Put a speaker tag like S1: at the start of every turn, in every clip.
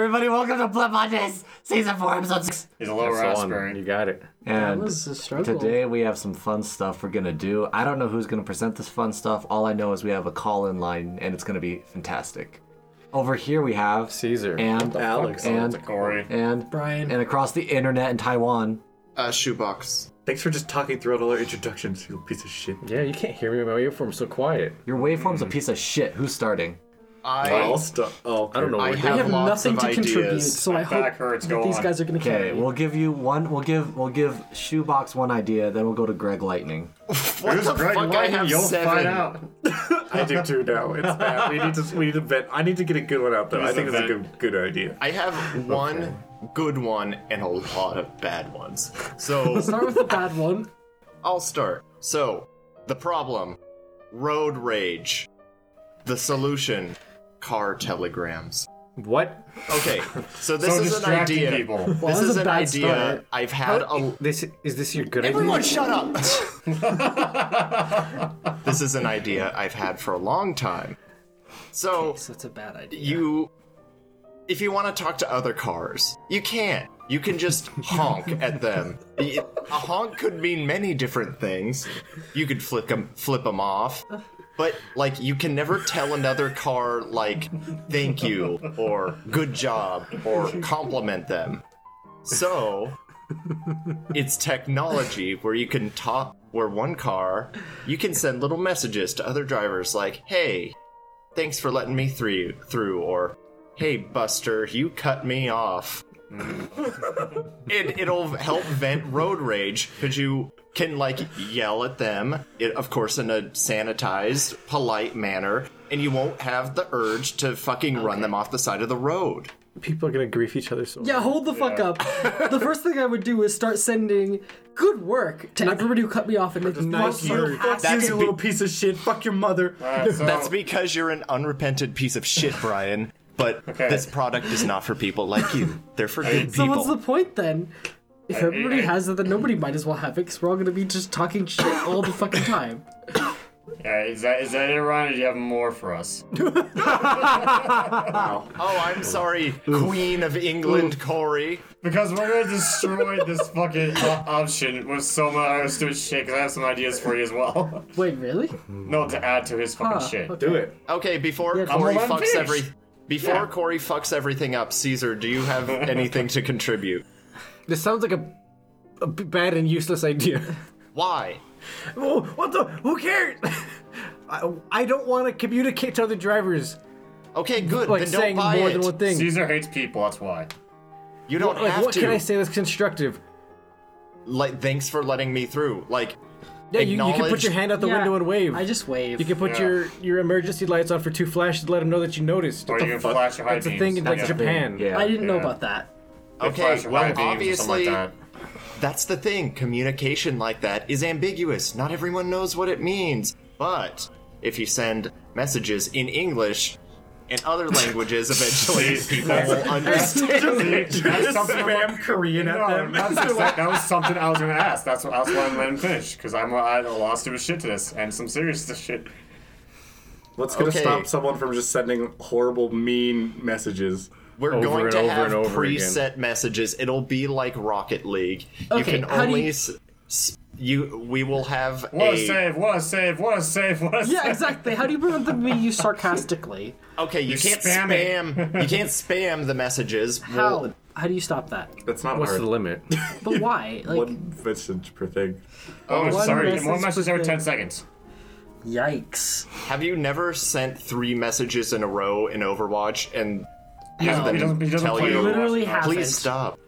S1: Welcome to Blip season four, episode six.
S2: He's a little
S3: That's the one.
S2: raspberry.
S3: You got it.
S1: And
S4: was a struggle.
S1: today we have some fun stuff we're gonna do. I don't know who's gonna present this fun stuff. All I know is we have a call-in line, and it's gonna be fantastic. Over here we have
S3: Caesar.
S1: and
S4: Alex.
S1: and
S2: Corey.
S1: and
S4: Brian.
S1: and across the internet in Taiwan.
S5: Uh, shoebox.
S6: Thanks for just talking throughout all our introductions, you piece of shit.
S3: Yeah, you can't hear me. My waveform's so quiet.
S1: Your waveform's
S3: Mm.
S1: a piece of shit. Who's starting?
S5: I
S6: I'll stop. Oh,
S3: I don't know.
S5: I
S3: what-
S4: I
S5: have,
S4: have
S5: lots
S4: nothing
S5: of
S4: to
S5: ideas.
S4: contribute, so
S2: My
S4: I hope
S2: back hurts, go
S4: that these
S2: on.
S4: guys are gonna
S1: Okay,
S4: carry me.
S1: we'll give you one. We'll give we'll give Shoebox one idea, then we'll go to Greg Lightning.
S5: What
S2: Who's
S5: the
S2: Greg
S5: fuck?
S2: Lightning?
S5: I have
S2: You'll
S5: seven.
S2: find out.
S6: I do too now. It's bad. We need to we need to vent. I need to get a good one out though. I think it's a good good idea.
S5: I have one good one and a lot of bad ones. So
S4: Start with the bad one.
S5: I'll start. So the problem: road rage. The solution: car telegrams.
S3: What?
S5: Okay, so this
S2: So
S5: is an
S2: distracting
S5: idea.
S2: people.
S4: Well,
S5: This
S4: that's
S5: is
S4: a
S5: an
S4: bad
S5: idea
S4: start.
S5: I've had a
S3: This is this your good
S5: Everyone,
S3: idea?
S5: shut up! this is an idea I've had for a long time. So,
S4: So it's a bad idea.
S5: you. If you want to talk to other cars, you can't. You can just honk at them. Y- A honk could mean many different things. You could flick 'em- flip them off. But, like, you can never tell another car, like, thank you, or good job, or compliment them. So, it's technology where you can talk where one car you can send little messages to other drivers like hey thanks for letting me through through or hey buster you cut me off it, it'll help vent road rage because you can like yell at them it, of course in a sanitized polite manner and you won't have the urge to fucking run them off the side of the road
S3: People are gonna grief each other so.
S4: Yeah, hold the fuck up. the first thing I would do is start sending good work to everybody who cut me off and make them
S6: Fuck
S4: feel
S6: you, fuck you,
S5: That's
S6: you
S5: be-
S6: little piece of shit. Fuck your mother.
S2: Alright, so
S5: That's because you're an unrepentant piece of shit, Brian. But
S2: Okay.
S5: this product is not for people like you. They're for good
S4: So
S5: people.
S4: what's the point then? If everybody has it, then nobody might as well have it, because we're all gonna be just talking shit all the fucking time.
S2: yeah, is that is that it, Ryan? Or do you have more for us?
S5: oh, I'm sorry, Queen of England, Corey.
S2: Because we're gonna destroy this fucking o- option with so much other stupid shit. Because I have some ideas for you as well.
S4: Wait, really?
S2: no, to add to his fucking
S4: Huh,
S2: shit.
S4: okay.
S3: Do it.
S5: Okay, before
S4: Yeah,
S5: Corey
S2: I'm
S5: fucks
S2: finished.
S5: every before
S2: Yeah.
S5: Corey fucks everything up, Caesar, do you have anything to contribute?
S3: This sounds like a, a b- bad and useless idea.
S5: Why?
S3: oh, what the? Who cares? I, I don't want to communicate to other drivers
S5: Okay, good.
S3: like
S5: then don't
S3: saying
S5: buy
S3: more
S5: it.
S3: than one thing.
S2: Caesar hates people. That's why.
S5: you don't
S3: like,
S5: have
S3: what
S5: to.
S3: can I say that's constructive?
S5: Like, thanks for letting me through. Like,
S3: Yeah, you, you can put
S5: Acknowledge-
S3: your hand out the
S4: Yeah,
S3: window and wave.
S4: I just wave.
S3: You can put
S2: Yeah.
S3: your your emergency lights on for two flashes to let them know that you noticed.
S2: Or
S3: What
S2: you
S3: the
S2: can
S3: fuck?
S2: flash your high
S3: That's a
S2: beams.
S3: thing in like
S2: That's a
S3: Japan.
S1: Yeah.
S4: I didn't know
S2: Yeah.
S4: about that.
S2: They
S5: okay,
S2: flash your
S5: well,
S2: high beams or something
S5: obviously,
S2: like that.
S5: That's the thing. Communication like that is ambiguous. Not everyone knows what it means. But if you send messages in English and other languages, eventually people will understand.
S2: That's something
S6: Spam Korean at
S2: No,
S6: them.
S2: that's exact- that was something I was gonna ask. That's what that's why I'm letting him finish because I'm I had a lot of stupid shit to this and some serious shit.
S6: What's gonna
S5: Okay.
S6: stop someone from just sending horrible, mean messages?
S5: We're
S3: Over
S5: going
S3: and
S5: to
S3: over
S5: have
S3: and over again.
S5: preset messages. It'll be like Rocket League. you
S4: Okay,
S5: can
S4: how do
S5: only
S4: you-
S5: s- s- you. We will have
S2: What
S5: a
S2: a save! What a save! What a save! What a
S4: Yeah,
S2: save!
S4: exactly. How do you prevent them being used sarcastically?
S5: okay. You can't
S2: spam it.
S5: spam. you can't spam the messages.
S4: How?
S5: We'll-
S4: How do you stop that?
S6: That's not
S3: What's
S6: hard.
S3: the limit?
S4: But why? Like,
S6: One message per thing.
S2: Oh,
S4: One
S2: sorry.
S4: message
S2: One message
S4: per
S2: every
S4: day.
S2: ten seconds.
S4: yikes.
S5: have you never sent three messages in a row in Overwatch and have
S2: he doesn't.
S5: them
S2: He doesn't
S5: tell
S2: play
S5: you?
S2: Overwatch.
S4: Literally
S2: No.
S4: half-
S5: Please
S4: Happens.
S5: stop.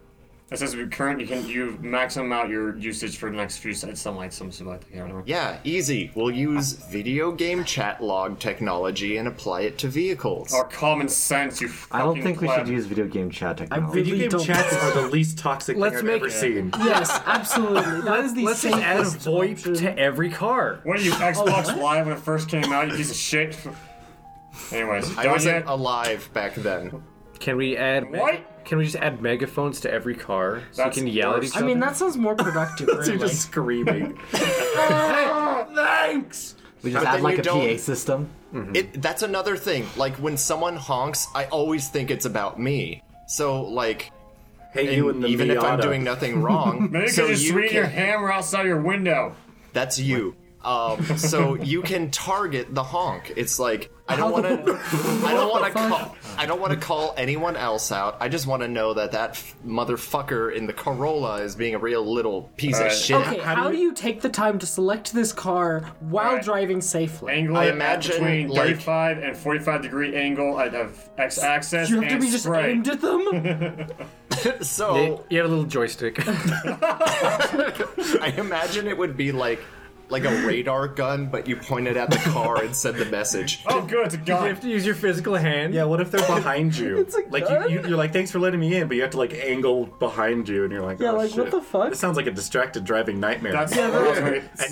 S2: It says we current. You can you maximum out your usage for the next few seconds. Something like some shit like that. I don't know.
S5: Yeah, easy. We'll use video game chat log technology and apply it to vehicles.
S2: Or common sense. You.
S1: I don't
S2: fucking
S1: think we
S2: pleb.
S1: should use video game chat technology.
S4: really-
S6: Video game
S4: don't-
S6: chats are the least toxic thing
S3: Let's
S6: I've
S3: make-
S6: ever
S3: Yeah.
S6: seen.
S4: Yes, absolutely. That is the
S3: Let's just add a
S4: safest option.
S3: VoIP to every car.
S2: What are
S4: Oh,
S2: you Xbox Live when it first came out? You piece of shit. Anyways,
S5: I
S2: done
S5: wasn't
S2: yet?
S5: alive back then.
S3: Can we add? me-
S2: What?
S3: Can we just add megaphones to every car so
S2: That's
S3: you can yell at
S2: worse.
S3: each
S4: I
S3: other?
S4: mean, that sounds more productive.
S6: You're
S4: really.
S6: just screaming. Thanks.
S1: we just
S5: But
S1: add
S5: then
S1: like
S5: you
S1: a
S5: don't-
S1: PA system.
S5: It, that's another thing. Like when someone honks, I always think it's about me. So like,
S6: Hey, you and the
S5: even if I'm
S6: Miata.
S5: doing nothing wrong,
S2: Maybe you
S5: so
S2: could just
S5: you
S2: swing your
S5: can-
S2: hammer outside your window.
S5: That's you. Um, so you can target the honk. It's like I don't want to. I don't want to call. I don't want to call anyone else out. I just want to know that that f- motherfucker in the Corolla is being a real little piece of
S2: Alright.
S5: shit.
S4: Okay, how, do, you... take the time to select this car while
S2: Right.
S4: driving safely?
S2: Angle
S5: I
S2: it at
S5: imagine,
S2: between
S5: like-
S2: 35 and 45 degree angle. I'd have X axis
S4: you have to
S2: and
S4: be just
S2: spray.
S4: aimed at them?
S5: So
S3: You have a little joystick.
S5: I imagine it would be like like a radar gun, but you pointed at the car and sent the message.
S2: oh, good, it's a
S6: You
S2: gun.
S6: have to use your physical hand.
S3: Yeah,
S6: what if they're behind you? like you, you, you're like, thanks for letting me in, but you have to like angle behind you, and you're like,
S4: Yeah,
S6: oh,
S4: like, what
S6: shit.
S4: the fuck?
S6: This sounds like a distracted driving nightmare.
S2: That's
S6: and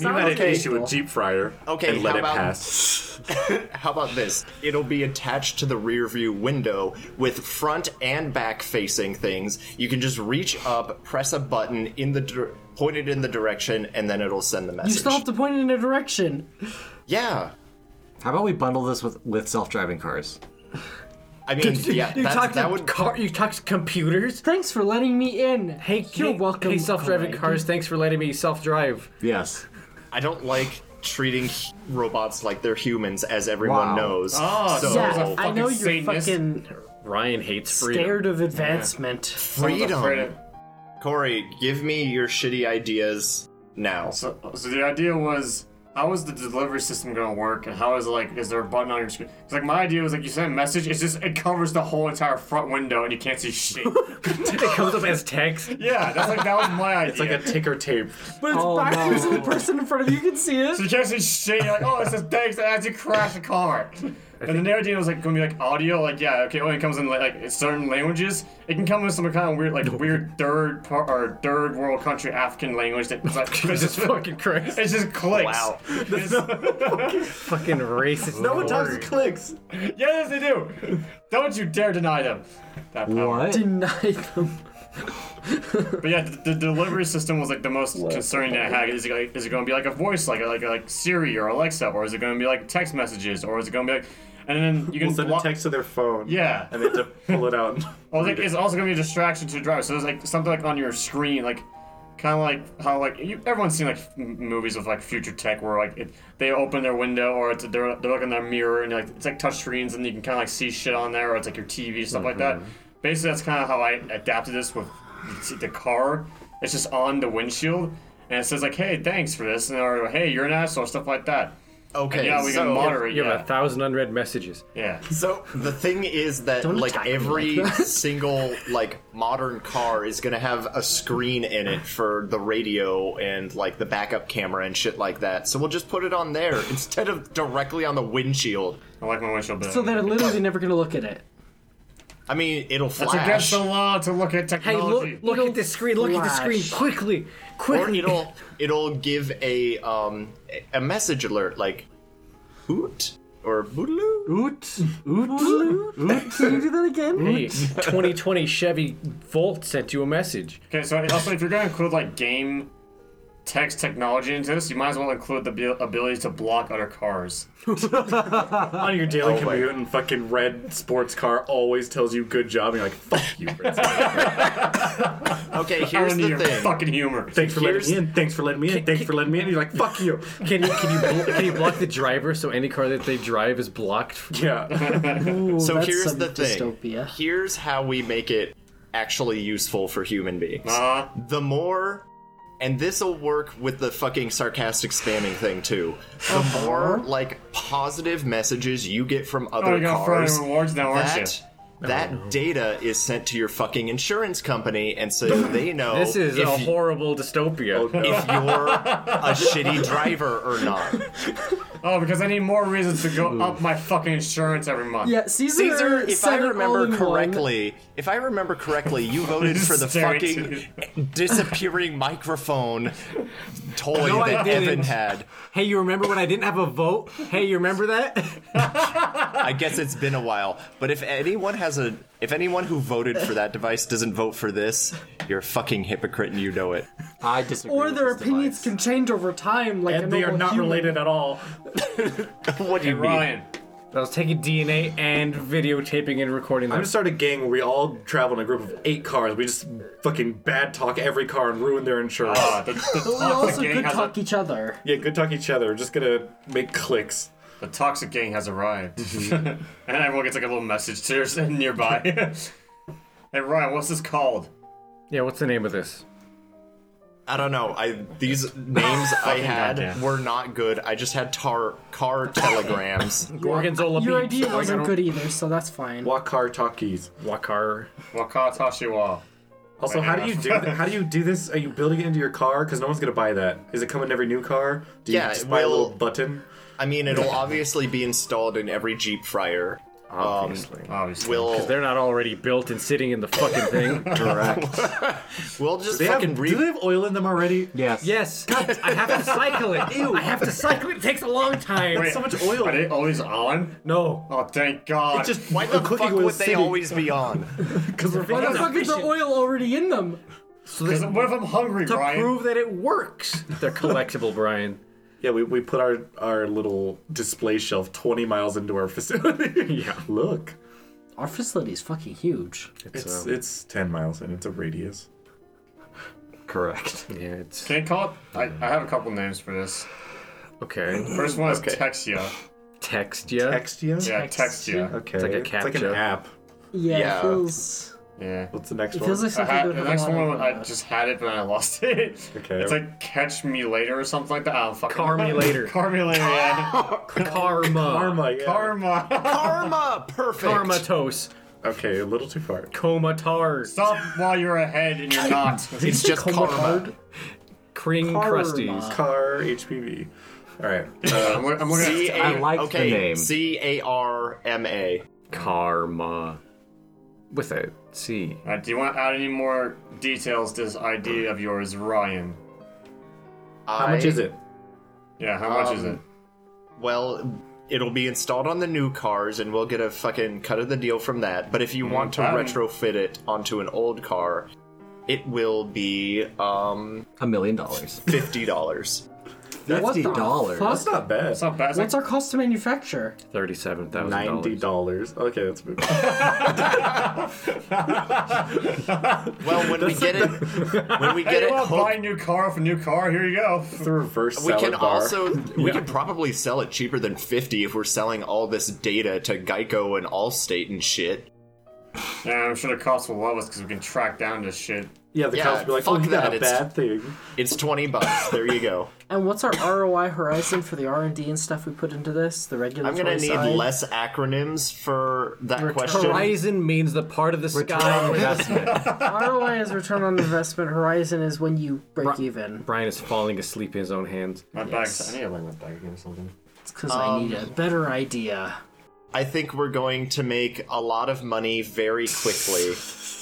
S6: you had an
S5: okay.
S6: issue with Jeep Fryer.
S5: Okay,
S6: and let
S5: how
S6: it
S5: about-
S6: pass.
S5: How about this? It'll be attached to the rear view window with front and back facing things. You can just reach up, press a button in the dir- point it in the direction, and then it'll send the message.
S4: you still have to point it in a direction.
S5: yeah.
S1: How about we bundle this with, with self-driving cars?
S5: I mean, yeah,
S3: you
S5: that,
S3: talk
S5: that
S3: to
S5: would.
S3: car. You talk to computers.
S4: Thanks for letting me in. Hey, you're welcome.
S3: Hey, self-driving
S4: Clyde.
S3: cars. Thanks for letting me self-drive.
S1: Yes.
S5: I don't like treating h- robots like they're humans, as everyone
S1: Wow.
S5: knows.
S2: Oh,
S5: so
S2: Someone's
S4: Yeah,
S2: a
S4: I know
S2: fucking
S4: you're
S2: Satanist.
S4: fucking
S6: Ryan hates
S4: scared of advancement.
S5: freedom. Corey, give me your shitty ideas now.
S2: So, so the idea was, how is the delivery system gonna work, and how is it like, is there a button on your screen? It's like my idea was like, you send a message, it's just it covers the whole entire front window, and you can't see shit.
S3: It comes up as text.
S2: yeah, that's like that was my idea.
S6: It's like a ticker tape.
S4: But it's
S1: Oh,
S4: backwards
S1: no.
S4: to the person in front of you can see it.
S2: So you can't see shit. You're like, oh, it says thanks as you crash the car. And then the idea was like gonna be like audio, like yeah, okay, only comes in like, like certain languages. It can come in some kind of weird, like weird third par- or third world country African language that it's like it's just
S3: Fucking Christ.
S2: it just clicks.
S5: Wow.
S2: It's-
S3: Fucking racist. No
S6: clicks.
S2: yes, they do. Don't you dare deny them. That power.
S1: What?
S4: Deny them.
S2: But yeah, the, the delivery system was like the most concerning that I had. Is it, like, is it going to be like a voice, like like like Siri or Alexa, or is it going to be like text messages, or is it going to be like? And then you can
S6: We'll send a
S2: block-
S6: text to their phone.
S2: Yeah.
S6: And they have to pull it out. and
S2: Well,
S6: read
S2: like,
S6: it.
S2: it's also gonna be a distraction to the driver. So there's like something like on your screen, like kind of like how like you, everyone's seen like f- movies of like future tech where like it, they open their window or it's, they're they're looking in their mirror and like it's like touch screens and you can kind of like see shit on there or it's like your TV stuff like
S6: Mm-hmm.
S2: that. Basically, that's kind of how I adapted this with the- the car. It's just on the windshield and it says like, "Hey, thanks for this," and or "Hey, you're an asshole," stuff like that.
S5: Okay,
S2: yeah, we
S5: so
S2: can moderate.
S6: You have
S2: Yeah,
S6: a thousand unread messages.
S2: yeah.
S5: So the thing is that
S4: Don't
S5: like
S4: attack me
S5: every
S4: like that.
S5: single like modern car is gonna have a screen in it for the radio and like the backup camera and shit like that. So we'll just put it on there instead of directly on the windshield.
S2: I like my windshield better.
S4: So they're literally never gonna look at it.
S5: I mean, it'll
S2: it's against
S5: flash.
S2: the law to look at
S3: Hey, look!
S2: technology.
S3: Look
S4: It'll
S3: at the screen. Look at the
S4: flash.
S3: screen quickly,
S5: Or
S3: quickly.
S5: it'll it'll give a um a message alert like hoot or bootaloo.
S1: Oot. Oot.
S4: Can you do that again?
S7: Hey, 2020 Chevy Volt sent you a message.
S2: Okay, so also if you're gonna include like game text technology into this, you might as well include the abil- ability to block other cars.
S6: On your daily
S5: my-
S6: commute, and fucking red sports car always tells you good job, and you're like, fuck you, Prince.
S5: Okay, here's
S2: Irony
S5: the
S2: of
S5: thing.
S2: Fucking humor.
S6: Thanks for letting
S5: Here's-
S6: me in. Thanks for letting me in. Thanks for letting me in. And you're like, fuck you.
S7: Can you can you blo- can you block the driver so any car that they drive is blocked?
S6: Yeah.
S5: so
S4: that's
S5: here's
S4: some
S5: the thing.
S4: dystopia.
S5: Here's how we make it actually useful for human beings.
S2: Uh,
S5: the more and this'll work with the fucking sarcastic spamming thing too. The
S4: Uh-huh.
S5: more like positive messages you get from other
S2: oh, you got
S5: cars,
S2: Friday rewards now, aren't
S5: that
S2: you?
S5: that data is sent to your fucking insurance company, and so they know
S7: This is
S5: if, Oh.
S7: a horrible dystopia.
S5: if you're a shitty driver or not.
S2: Oh, because I need more reasons to go up my fucking insurance every month.
S4: Yeah, Caesar.
S5: Caesar, if I
S4: said it all in
S5: remember
S4: one.
S5: correctly, if I remember correctly, you voted for the fucking disappearing microphone toy
S3: No, I
S5: that Evan
S3: didn't.
S5: had.
S3: hey, you remember when I didn't have a vote? Hey, you remember that?
S5: I guess it's been a while, but if anyone has a, if anyone who voted for that device doesn't vote for this, you're a fucking hypocrite and you know it.
S1: I disagree.
S4: Or
S1: with
S4: their
S1: this device.
S4: opinions can change over time, like a
S6: and they are
S4: normal
S6: not
S4: human.
S6: related at all.
S5: What do you mean?
S2: Ryan,
S7: I was taking DNA and videotaping and recording
S6: I'm
S7: them.
S6: gonna start a gang where we all travel in a group of eight cars. We just fucking bad talk every car and ruin their insurance.
S2: Ah, the, the
S4: But we
S2: toxic
S4: also
S2: gang
S4: could
S2: has
S4: talk each other.
S6: yeah, good talk each other. We're just gonna make clicks.
S2: a, the toxic gang has arrived, and everyone gets like a little message to us nearby. hey Ryan, what's this called?
S7: yeah, what's the name of this?
S5: I don't know. I these names I had
S2: goddamn.
S5: were not good. I just had tar car telegrams.
S7: Gorgonzola
S4: Your
S7: beef.
S4: idea
S7: Like, I
S4: wasn't
S7: don't-
S4: good either, so that's fine.
S6: Walk car talkies.
S7: Wakar.
S2: Waka Tashiwa.
S6: Also, how do you do th- how do you do this? Are you building it into your car? Because no one's gonna buy that. Is it come in every new car? Do you
S5: Yeah,
S6: just
S5: it
S6: buy a
S5: will-
S6: little button?
S5: I mean, it'll obviously be installed in every Jeep Fryer. Um,
S7: Obviously.
S2: Obviously.
S5: We'll
S7: They're not already built and sitting in the fucking thing.
S5: we'll just
S6: They have,
S5: fucking re-
S6: do they have oil in them already?
S1: Yes.
S7: yes. God, I have to cycle it. Ew. I have to cycle it. It takes a long time.
S2: Wait,
S6: so much oil.
S2: Are they always on?
S7: No.
S2: Oh, thank God.
S6: Just
S5: Why the fuck would they always be on?
S6: Because we're
S4: Why
S6: being
S4: the fuck is the
S7: efficient.
S4: oil already in them?
S2: Because what if I'm hungry,
S7: To
S2: Ryan?
S7: prove that it works. They're collectible, Brian.
S6: Yeah, we, we put our, our little display shelf 20 miles into our facility. yeah. Look.
S4: Our facility's fucking huge.
S6: It's um, it's 10 miles and it's a radius.
S1: Correct.
S7: Yeah, it's.
S2: Can I call it? I, I have a couple names for this.
S7: Okay.
S2: First one is
S5: Okay.
S2: Texia.
S7: Text ya.
S6: Extia?
S2: Yeah,
S4: Texia.
S2: Texia.
S6: Okay.
S7: like a
S6: It's like
S7: captcha.
S6: an app.
S4: Yeah,
S5: Yeah.
S4: it feels.
S2: Yeah.
S6: What's the next
S4: It
S6: one?
S4: feels like
S2: I
S4: something
S2: had,
S4: would
S2: the
S4: have
S2: next
S4: a lot
S2: one,
S4: of,
S2: I
S4: uh,
S2: just had it, but I lost it.
S6: Okay.
S2: It's like Catch Me Later or something like that. I don't fucking
S7: Car me
S2: know.
S7: later.
S2: Car Me Later, yeah.
S7: Karma.
S6: Karma. Yeah.
S2: Karma.
S5: Karma, perfect.
S7: Comatose.
S6: Okay, a little too far.
S7: Comatars.
S2: Stop while you're ahead and you're not.
S5: It's just karma.
S7: Kring crusties.
S6: Car HPV. All right.
S2: Uh, I'm, look- I'm looking
S5: C
S2: at
S5: A-
S1: I like the
S5: okay,
S1: name.
S5: C A R M A.
S7: Karma. With a C.
S2: Alright, do you want to add any more details to this idea of yours, Ryan?
S6: How much is it?
S2: Yeah, how much is
S5: Um,
S2: it?
S5: Well, it'll be installed on the new cars, and we'll get a fucking cut of the deal from that. But if you want to
S2: Um,
S5: retrofit it onto an old car, it will be um
S1: A million dollars.
S5: fifty dollars.
S4: What
S1: Fifty
S4: the
S1: dollars.
S6: That's not bad.
S2: It's not bad. It's like,
S4: What's our cost to manufacture?
S6: Ninety
S7: $37,000.
S6: dollars. Okay, let's move.
S5: Well, when we get it, when we get
S2: hey,
S5: it
S2: you want to
S5: hooked
S2: buy a new car off a new car? Here you go.
S6: the reverse
S5: We can
S6: salad bar.
S5: also we can probably sell it cheaper than fifty if we're selling all this data to Geico and Allstate and shit.
S2: Yeah, I'm sure the cops will love us because we can track down this shit.
S6: yeah, the
S5: Yeah,
S6: cops be like,
S5: fuck
S6: "Oh, you got
S5: that,
S6: a
S5: it's-
S6: bad thing."
S5: It's twenty bucks. There you go.
S4: And what's our ROI horizon for the R and D and stuff we put into this? The regulatory
S5: I'm gonna need
S4: side?
S5: less acronyms for that question.
S7: Horizon means the part of the sky. where-
S1: investment.
S4: ROI is return on investment. Horizon is when you break even.
S7: Brian is falling asleep in his own hands.
S2: My bag's. I need to lay my bag against something.
S4: It's because I need a better idea.
S5: I think we're going to make a lot of money very quickly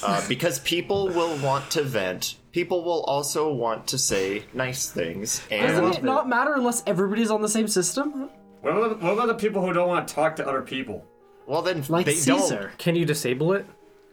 S5: uh, because people will want to vent. People will also want to say nice things,
S4: Doesn't
S5: and
S4: it not matter unless everybody's on the same system?
S2: What about, the, what about the people who don't want to talk to other people?
S5: well, then
S4: Like
S5: they
S4: Caesar.
S7: Can you disable it?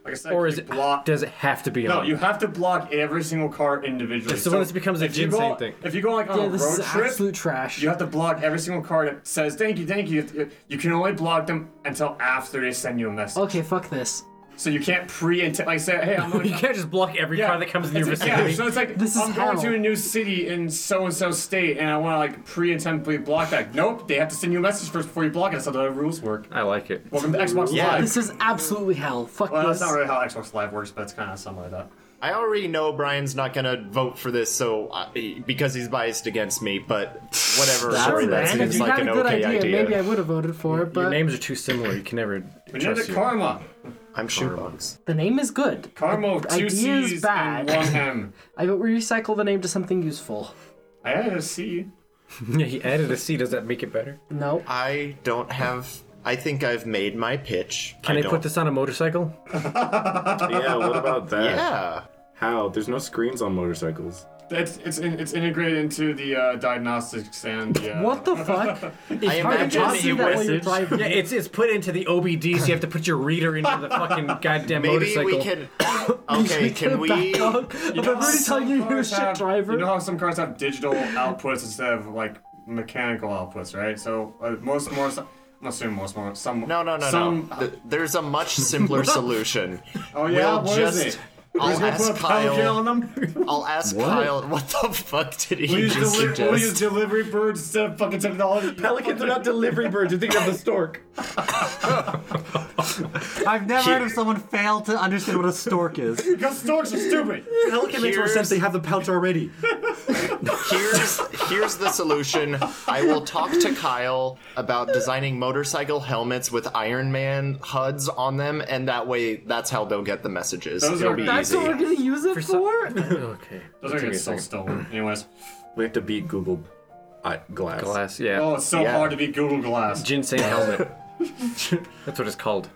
S2: Like I said,
S7: Or
S2: you
S7: is it
S2: block?
S7: does it have to be
S2: no,
S7: on?
S2: you have to block every single car individually.
S7: So when it becomes a
S2: if you
S7: ginseng
S2: go,
S7: thing.
S2: If you go like on
S4: Yeah,
S2: a
S4: this
S2: Oh, road
S4: is
S2: trip,
S4: absolute trash.
S2: you have to block every single car that says thank you, thank you. You can only block them until after they send you a message.
S4: Okay, fuck this.
S2: So you can't pre intend like say, hey, I'm
S7: You
S2: going.
S7: can't just block every
S2: Yeah,
S7: car that comes in your
S2: it's- yeah,
S7: vicinity.
S2: so it's like
S4: This is
S2: I'm going
S4: hell.
S2: to a new city in so and so state, and I want to like pre-attemptly block that. Nope, they have to send you a message first before you block it. So the rules work.
S7: I like it.
S2: Welcome to Xbox
S5: Yeah.
S2: Live.
S4: This is absolutely hell. Fuck
S2: Well,
S4: this.
S2: that's not really how Xbox Live works, but it's kind of something like that.
S5: I already know Brian's not gonna vote for this, so I, because he's biased against me. But whatever, sorry, that
S4: If
S5: seems
S4: you
S5: like
S4: had
S5: an
S4: a good
S5: okay idea.
S4: idea, maybe I would have voted for it,
S7: Your
S4: but
S7: names are too similar. You can never
S2: We need
S7: trust
S2: the
S7: you.
S2: karma.
S5: I'm shoebox.
S4: the name is good.
S2: Karma of two
S4: Idea's
S2: C's
S4: bad.
S2: and one M.
S4: I would recycle the name to something useful.
S2: I had a C.
S7: Yeah, he added a C. Does that make it better?
S4: No.
S5: I don't have. I think I've made my pitch.
S7: Can I,
S5: don't-
S7: put this on a motorcycle?
S6: yeah, what about that?
S5: Yeah.
S6: How? There's no screens on motorcycles.
S2: It's it's in, it's integrated into the uh, diagnostics and the. Uh,
S4: What the fuck?
S5: I
S4: How can
S5: imagine
S4: you
S5: it
S4: see that while
S5: was.
S4: you're driving?
S7: Yeah, it's it's put into the OBD, so you have to put your reader into the fucking goddamn
S5: Maybe
S7: motorcycle.
S5: we can. Okay, can we?
S4: Back up. I'm
S2: You know how
S4: already telling
S2: some
S4: you you're a
S2: cars
S4: shit
S2: have-
S4: driver.
S2: You know how some cars have digital outputs instead of like mechanical outputs, right? So uh, most more I'm assuming most more. Some.
S5: No, no, no,
S2: some,
S5: no. Th- there's a much simpler solution.
S2: Oh yeah,
S5: we'll
S2: what is
S5: just.
S2: it?
S5: I'll
S2: We're gonna
S5: ask
S2: put a power gel
S5: Kyle.
S2: on them.
S5: I'll ask Kyle. What the fuck did he
S2: We use,
S5: just
S2: deli- we use
S5: suggest?
S2: delivery birds instead of fucking technology.
S6: Pelicans are not delivery birds. You're thinking of the stork.
S1: I've never heard of someone fail to understand what a stork is.
S2: Because storks are stupid.
S6: Pelican makes more sense. They have the pouch already.
S5: Here's here's the solution. I will talk to Kyle about designing motorcycle helmets with Iron Man HUDs on them, and that way, that's how they'll get the messages.
S2: Those
S5: It'll
S2: are-
S5: be
S4: That's
S5: easy.
S4: what we're gonna use it for?
S7: okay.
S2: Those are
S7: Give
S2: gonna
S7: me a
S2: get so
S7: second.
S2: stolen. Anyways.
S6: We have to beat Google uh, Glass.
S7: Glass, yeah.
S2: Oh, it's so
S5: Yeah.
S2: hard to be Google Glass.
S7: Ginseng helmet. That's what it's called.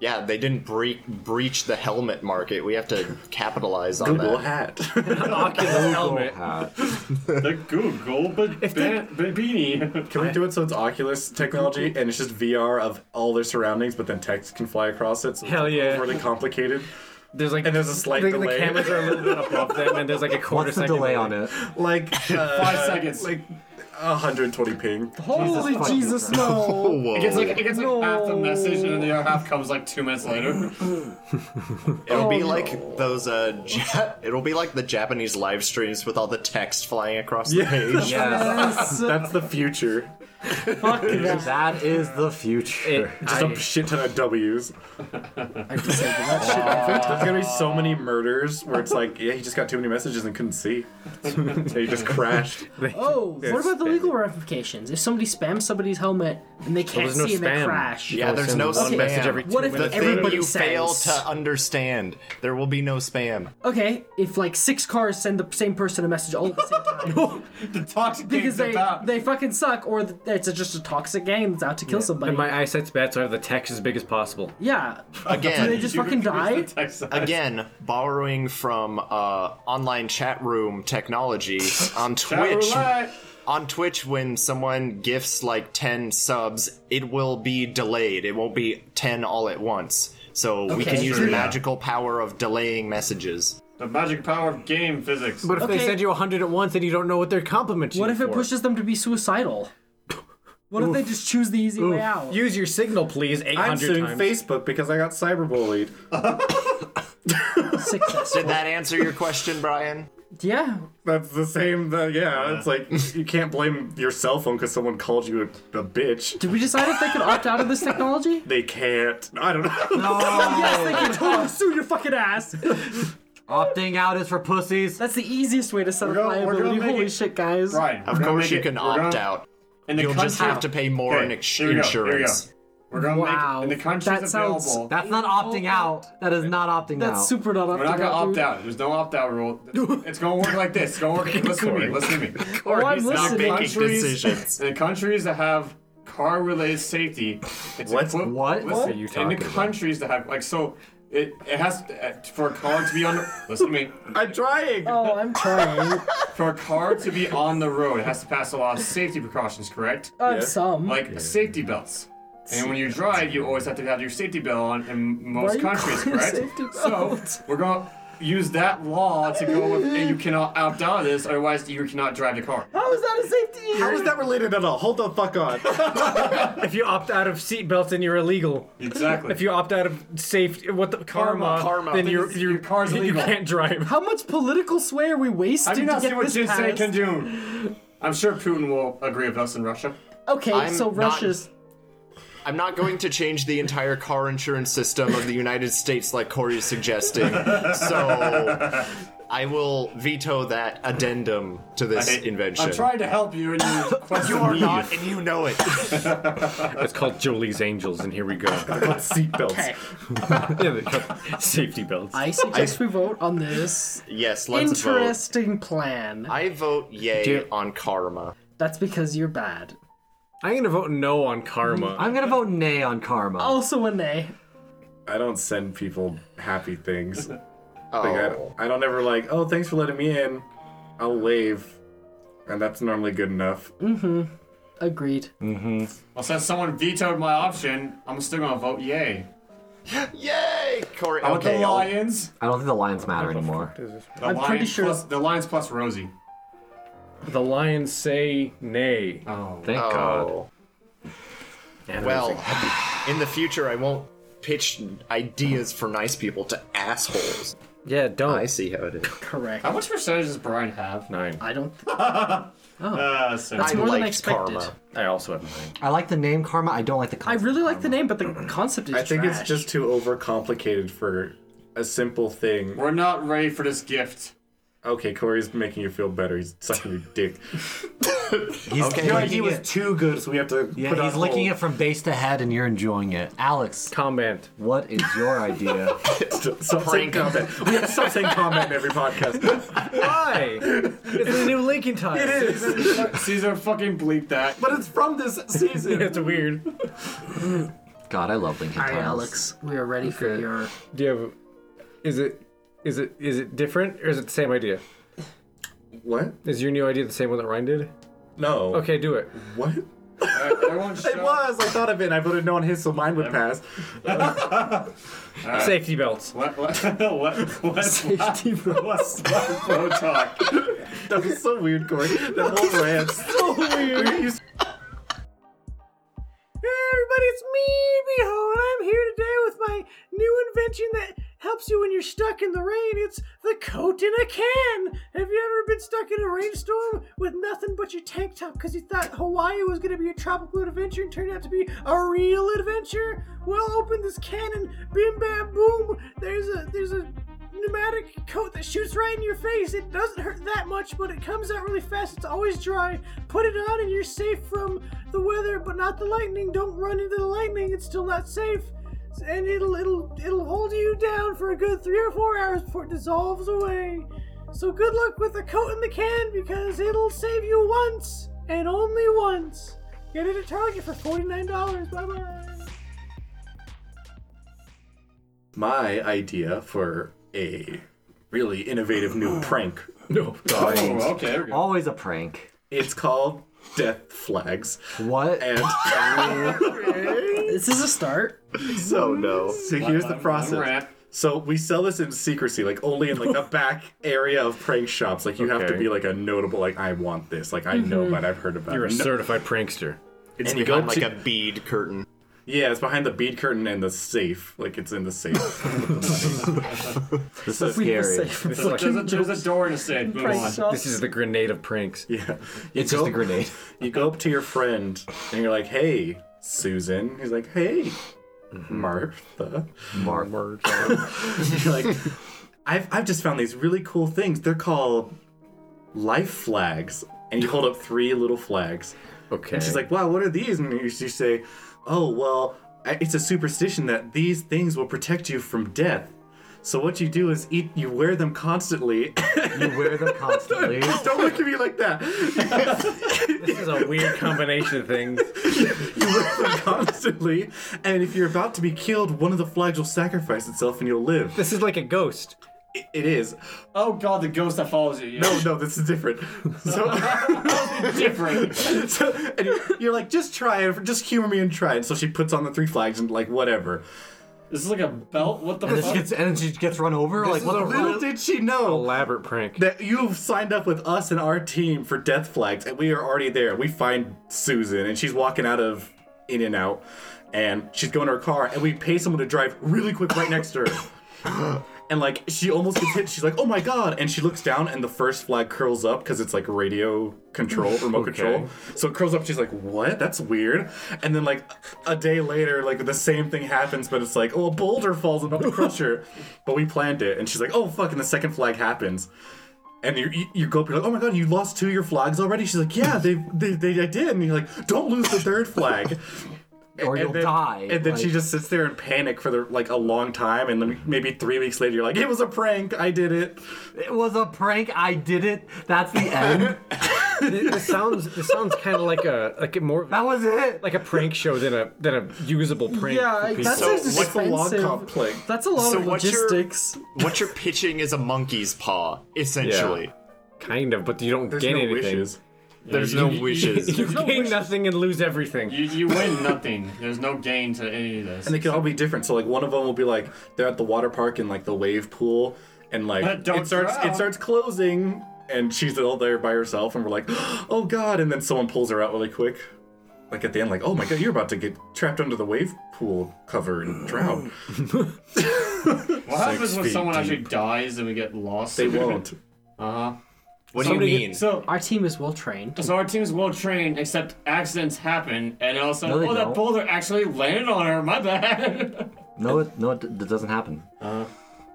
S5: Yeah, they didn't bre- breach the helmet market. We have to capitalize on
S6: Google
S5: that.
S6: hat.
S7: Oculus helmet.
S2: the Google but ba- ba- beanie.
S6: Can we do it so it's Oculus technology and it's just VR of all their surroundings, but then text can fly across it? So
S7: Hell
S6: it's
S7: yeah.
S6: Really complicated.
S7: There's like
S6: And there's a slight
S7: the,
S6: delay.
S7: The cameras are a little bit above them, and there's like a quarter
S1: What's the
S7: second
S1: delay on it?
S6: Like uh,
S2: Five seconds.
S6: Like 120 ping.
S4: Holy Jesus, no!
S2: It gets like it gets like half the message, and then the other half comes like two minutes later.
S5: It'll
S2: oh,
S5: be like those. Uh, ja- it'll be like the Japanese live streams with all the text flying across the page.
S1: Yes,
S4: Yes.
S6: That's the future.
S4: Fuck that.
S1: that is the future.
S6: Just a shit ton of W's.
S4: I disabled that shit.
S6: There's gonna be so many murders where it's like, yeah, he just got too many messages and couldn't see. and he just crashed.
S4: Oh, what about the
S7: spam.
S4: legal ramifications? If somebody spams somebody's helmet and they can't
S7: there's no
S4: see and they
S7: spam.
S4: crash.
S5: Yeah, there's no
S7: One
S5: spam.
S7: message every two
S4: What if
S5: the
S7: minutes.
S5: thing
S4: everybody
S5: you
S4: sends?
S5: fail to understand, there will be no spam.
S4: Okay, if like six cars send the same person a message all at the same time.
S2: the toxic
S4: because
S2: thing's
S4: they
S2: about.
S4: they fucking suck, or th- it's just a toxic game that's out to kill somebody.
S7: And my eyesight's bad, so I have the text as big as possible.
S4: yeah, do they
S5: Again,
S4: just fucking die?
S5: again, borrowing from uh, online chat room technology on Twitch. on Twitch, when someone gifts like 10 subs, it will be delayed. It won't be 10 all at once. So we
S4: Okay.
S5: can use
S4: Sure,
S5: the
S2: yeah.
S5: magical power of delaying messages.
S2: The magic power of game physics.
S7: But if
S4: Okay.
S7: they send you 100 at once and you don't know what they're complimenting
S4: What
S7: you
S4: if it
S7: for?
S4: pushes them to be suicidal? What if they just choose the easy way out?
S7: Use your signal, please, 800
S6: I'm suing
S7: times.
S6: Facebook because I got cyberbullied.
S4: Successful.
S5: Did that answer your question, Brian?
S4: Yeah.
S6: That's the same. The, yeah, it's like you can't blame your cell phone because someone called you a, a bitch.
S4: Did we decide if they can opt out of this technology?
S6: They can't. I don't know.
S4: yes, they can totally sue your fucking ass.
S1: Opting out is for pussies.
S4: That's the easiest way to set up
S2: gonna- we're gonna
S4: liability.
S2: make
S4: Holy
S2: it-
S4: shit, guys.
S2: Brian,
S5: Of
S2: we're gonna
S5: course,
S2: make
S5: you
S2: it-
S5: can
S2: we're gonna-
S5: opt out.
S2: in the
S5: You'll just
S2: country-
S5: have to pay more in
S2: Okay,
S5: ex-
S2: here we go, here we go.
S5: insurance.
S2: We're gonna
S4: Wow,
S2: make in the countries
S4: that sounds-
S2: available.
S1: That's not opting out. That is not opting out.
S4: That's super not opting
S2: We're not gonna
S4: out.
S2: opt
S4: dude.
S2: out. There's no opt out rule. It's gonna work like this. It's gonna work. Listen to me. Listen to me.
S4: Oh, I'm
S5: not
S4: listening.
S5: making decisions.
S2: In the countries that have car related safety, it's
S6: What's-
S2: equiv-
S1: what?
S2: listen,
S1: What
S7: are you
S2: in the
S7: talking about?
S2: countries that have like so it, it has uh, for a car to be on the, listen to me
S6: I'm trying.
S4: Oh, I'm trying.
S2: for a car to be on the road it has to pass a lot of safety precautions correct
S4: I'm
S6: Yeah.
S4: some.
S2: like safety belts and when you drive you always have to have your safety belt on in
S4: are
S2: most
S4: you
S2: countries
S4: calling it
S2: correct
S4: safety
S2: so
S4: belt?
S2: we're gonna use that law to go with hey, you cannot opt out of this otherwise you cannot drive the car
S4: How is that a safety?
S6: How is that related at all? Hold the fuck on.
S7: If you opt out of seatbelts, then you're illegal.
S2: exactly
S7: If you opt out of safety, what the karma,
S5: karma.
S7: then
S5: Then
S7: your
S2: your car's
S7: you
S2: illegal.
S7: can't drive.
S4: How much political sway are we wasting
S2: I do
S4: to
S2: not
S4: get
S2: see what
S4: this
S2: Jinsei
S4: passed?
S2: can do. I'm sure Putin will agree with us in Russia.
S4: Okay,
S5: I'm
S4: so
S5: not-
S4: Russia's.
S5: I'm not going to change the entire car insurance system of the United States like Corey's suggesting. So I will veto that addendum to this invention.
S2: I'm trying to help you in your quest.
S5: you are not, and you know it.
S7: It's called Jolie's Angels, and here we go.
S6: Seatbelts.
S4: Okay.
S7: yeah, they got safety belts.
S4: I suggest we vote on this
S5: Yes, let's vote.
S4: interesting plan.
S5: I vote yay
S7: Do-
S5: on karma.
S4: That's because you're bad.
S7: I'm gonna vote no on karma.
S1: I'm gonna vote nay on karma.
S4: Also a nay.
S6: I don't send people happy things. Like, I,
S5: Oh.
S6: I don't ever like, oh, thanks for letting me in. I'll wave. And that's normally good enough.
S4: Agreed.
S2: Well, since someone vetoed my option, I'm still gonna vote yay.
S5: Yay, Corey.
S2: I want
S5: Okay,
S2: the
S5: I'll-
S2: Lions.
S1: I don't think the lions matter anymore.
S2: The
S4: I'm
S2: Lions
S4: pretty sure-
S2: plus the Lions plus Rosie.
S7: The lions say nay.
S2: Oh.
S1: Thank God.
S5: Oh. Well, in the future, I won't pitch ideas for nice people to assholes.
S7: Yeah, don't.
S5: I see how it is.
S4: Correct.
S2: How much percentage does Brian have?
S7: Nine.
S4: I don't. Oh.
S2: Uh, so
S4: That's
S5: I
S4: more than I
S5: liked
S4: expected.
S5: karma.
S7: I also have nine.
S1: I like the name Karma. I don't like the
S4: I
S1: concept.
S4: really like the name, but the concept is.
S6: I think it's
S4: trash.
S6: just too overcomplicated for a simple thing.
S2: we're not ready for this gift.
S6: Okay, Corey's making you feel better. He's sucking your dick.
S1: He's
S5: Okay.
S1: licking
S5: Your
S6: He was
S1: it.
S6: too good, so we have to.
S1: Yeah,
S6: put
S1: he's
S6: on
S1: licking
S6: hold.
S1: it from base to head, and you're enjoying it. Alex,
S7: Comment.
S1: what is your idea?
S6: Stop saying comment. We have to stop saying comment in every podcast.
S7: Why?
S3: It's the new Lincoln time. It is.
S2: Caesar, fucking bleep that.
S6: But it's from this season.
S7: That's weird.
S1: God, I love Lincoln
S4: All right,
S1: Tiles.
S4: Alex, we are ready for your.
S7: Do you have? Is it? Is it? Is it different or is it the same idea?
S6: What?
S7: Is your new idea the same one that Ryan did?
S6: No.
S7: Okay, do it.
S6: What?
S2: Everyone
S6: It
S2: shut up.
S6: was. I thought of it. and I voted no on his, so mine would pass.
S7: Safety belts.
S2: Let, let, let, let, let's let's let Flo talk.
S6: That was so weird, Corey. That whole rant. so weird. You
S3: everybody, it's me, Behold. I'm here today with my new invention that helps you when you're stuck in the rain. It's the coat in a can. Have you ever been stuck in a rainstorm with nothing but your tank top because you thought Hawaii was going to be a tropical adventure and turned out to be a real adventure? Well, open this can and bim bam boom. There's a there's a pneumatic coat that shoots right in your face. It doesn't hurt that much, but it comes out really fast. It's always dry. Put it on and you're safe from the weather, but not the lightning. Don't run into the lightning. It's still not safe. And it'll it'll it'll hold you down for a good three or four hours before it dissolves away. So good luck with the coat in the can because it'll save you once and only once. Get it at Target for $49. Bye bye.
S6: my idea for a really innovative new prank. No,
S2: Oh, okay, there we go.
S1: Always a prank.
S6: It's called Death Flags.
S1: What?
S6: And
S4: This is a start.
S6: so no. So here's the
S2: One
S6: process.
S2: rant.
S6: So we sell this in secrecy, like only in like the back area of prank shops. Like you have to
S7: Okay.
S6: be like a notable, like I want this, like I know about, I've heard about.
S7: You're a
S6: it. No-
S7: certified prankster.
S6: it's
S5: And you
S6: go
S5: got like
S6: to-
S5: a bead curtain.
S6: yeah, it's behind the bead curtain and the safe. Like it's in the safe.
S1: This is scary.
S7: This is, like,
S2: There's a, there's a door in the sand. Move on.
S7: this is the grenade of pranks.
S6: yeah,
S1: It's just a grenade.
S6: you go up to your friend and you're like, "Hey, Susan." He's like, "Hey,
S1: Mm-hmm.
S6: Martha."
S1: Mark.
S6: You're like, "I've I've just found these really cool things. They're called life flags." And you hold up three little flags.
S7: Okay.
S6: And she's like, "Wow, what are these?" And you you say, "Oh, well, I- it's a superstition that these things will protect you from death." So what you do is eat. You wear them constantly.
S1: You wear them constantly.
S6: Don't look at me like that.
S7: this is a weird combination of things.
S6: You wear them constantly, and if you're about to be killed, one of the flags will sacrifice itself, and you'll live.
S7: This is like a ghost.
S6: It- it is. Oh,
S2: Oh god, the ghost that follows you. Yeah.
S6: No, no, this is different. So,
S2: different.
S6: so and you're, you're like, just try it. Just humor me and try it. So she puts on the three flags and like whatever.
S2: This is like a belt. What the
S1: And then she
S2: fuck?
S1: gets, and then she gets run over. like what the
S6: Little
S1: fuck?
S6: did she know
S7: Elaborate prank.
S6: that you've signed up with us and our team for Death Flags, and we are already there. We find Susan, and she's walking out of In and Out, and she's going to her car, and we pay someone to drive really quick right next to her. And like she almost gets hit, she's like, "Oh my god!" And she looks down, and the first flag curls up because it's like radio control, remote control. So it curls up. She's like, "What? That's weird." And then like a day later, like the same thing happens, but it's like, "Oh, a boulder falls about to crush her," but we planned it. And she's like, "Oh fuck!" And the second flag happens, and you you- you go up, you're like, oh my god, you lost two of your flags already. She's like, yeah, they they, they I did. And you're like, don't lose the third flag,
S1: Or
S6: and
S1: you'll
S6: then,
S1: die.
S6: And then she
S1: Like,
S6: just sits there in panic for the, like a long time, and then maybe three weeks later, you're like, it was a prank, I did it.
S1: It was a prank. I did it. That's the end.
S7: This this sounds. This sounds kind of like a like a more
S1: that was it.
S7: like a prank show than a than a usable prank.
S4: Yeah,
S7: for people.
S4: that
S5: So
S4: sounds
S5: what's
S6: the log comp
S4: expensive.
S6: playing?
S4: That's a lot
S5: So
S4: of
S5: what's your-
S4: logistics.
S5: What you're pitching is a monkey's paw, essentially.
S7: kind of, but you don't gain
S6: no
S7: anything.
S6: wishes.
S5: There's no wishes.
S7: You gain nothing and lose everything.
S2: You, you win nothing. There's no gain to any of this.
S6: And they could all be different. So like one of them will be like they're at the water park in like the wave pool, and like
S2: Don't
S6: it starts
S2: drown.
S6: it starts closing, and she's all there by herself, and we're like, oh god, and then someone pulls her out really quick. like at the end, like, oh my god, you're about to get trapped under the wave pool cover and drown.
S2: What happens when
S6: feet
S2: someone
S6: deep.
S2: actually dies and we get lost?
S6: They won't.
S2: Uh huh.
S5: What do you mean?
S2: So,
S4: Our team is well trained.
S2: so our team's well trained, except accidents happen, and all of a sudden,
S1: No, they
S2: oh,
S1: don't.
S2: that boulder actually landed on her. My bad.
S1: No, it, no, it, it doesn't happen.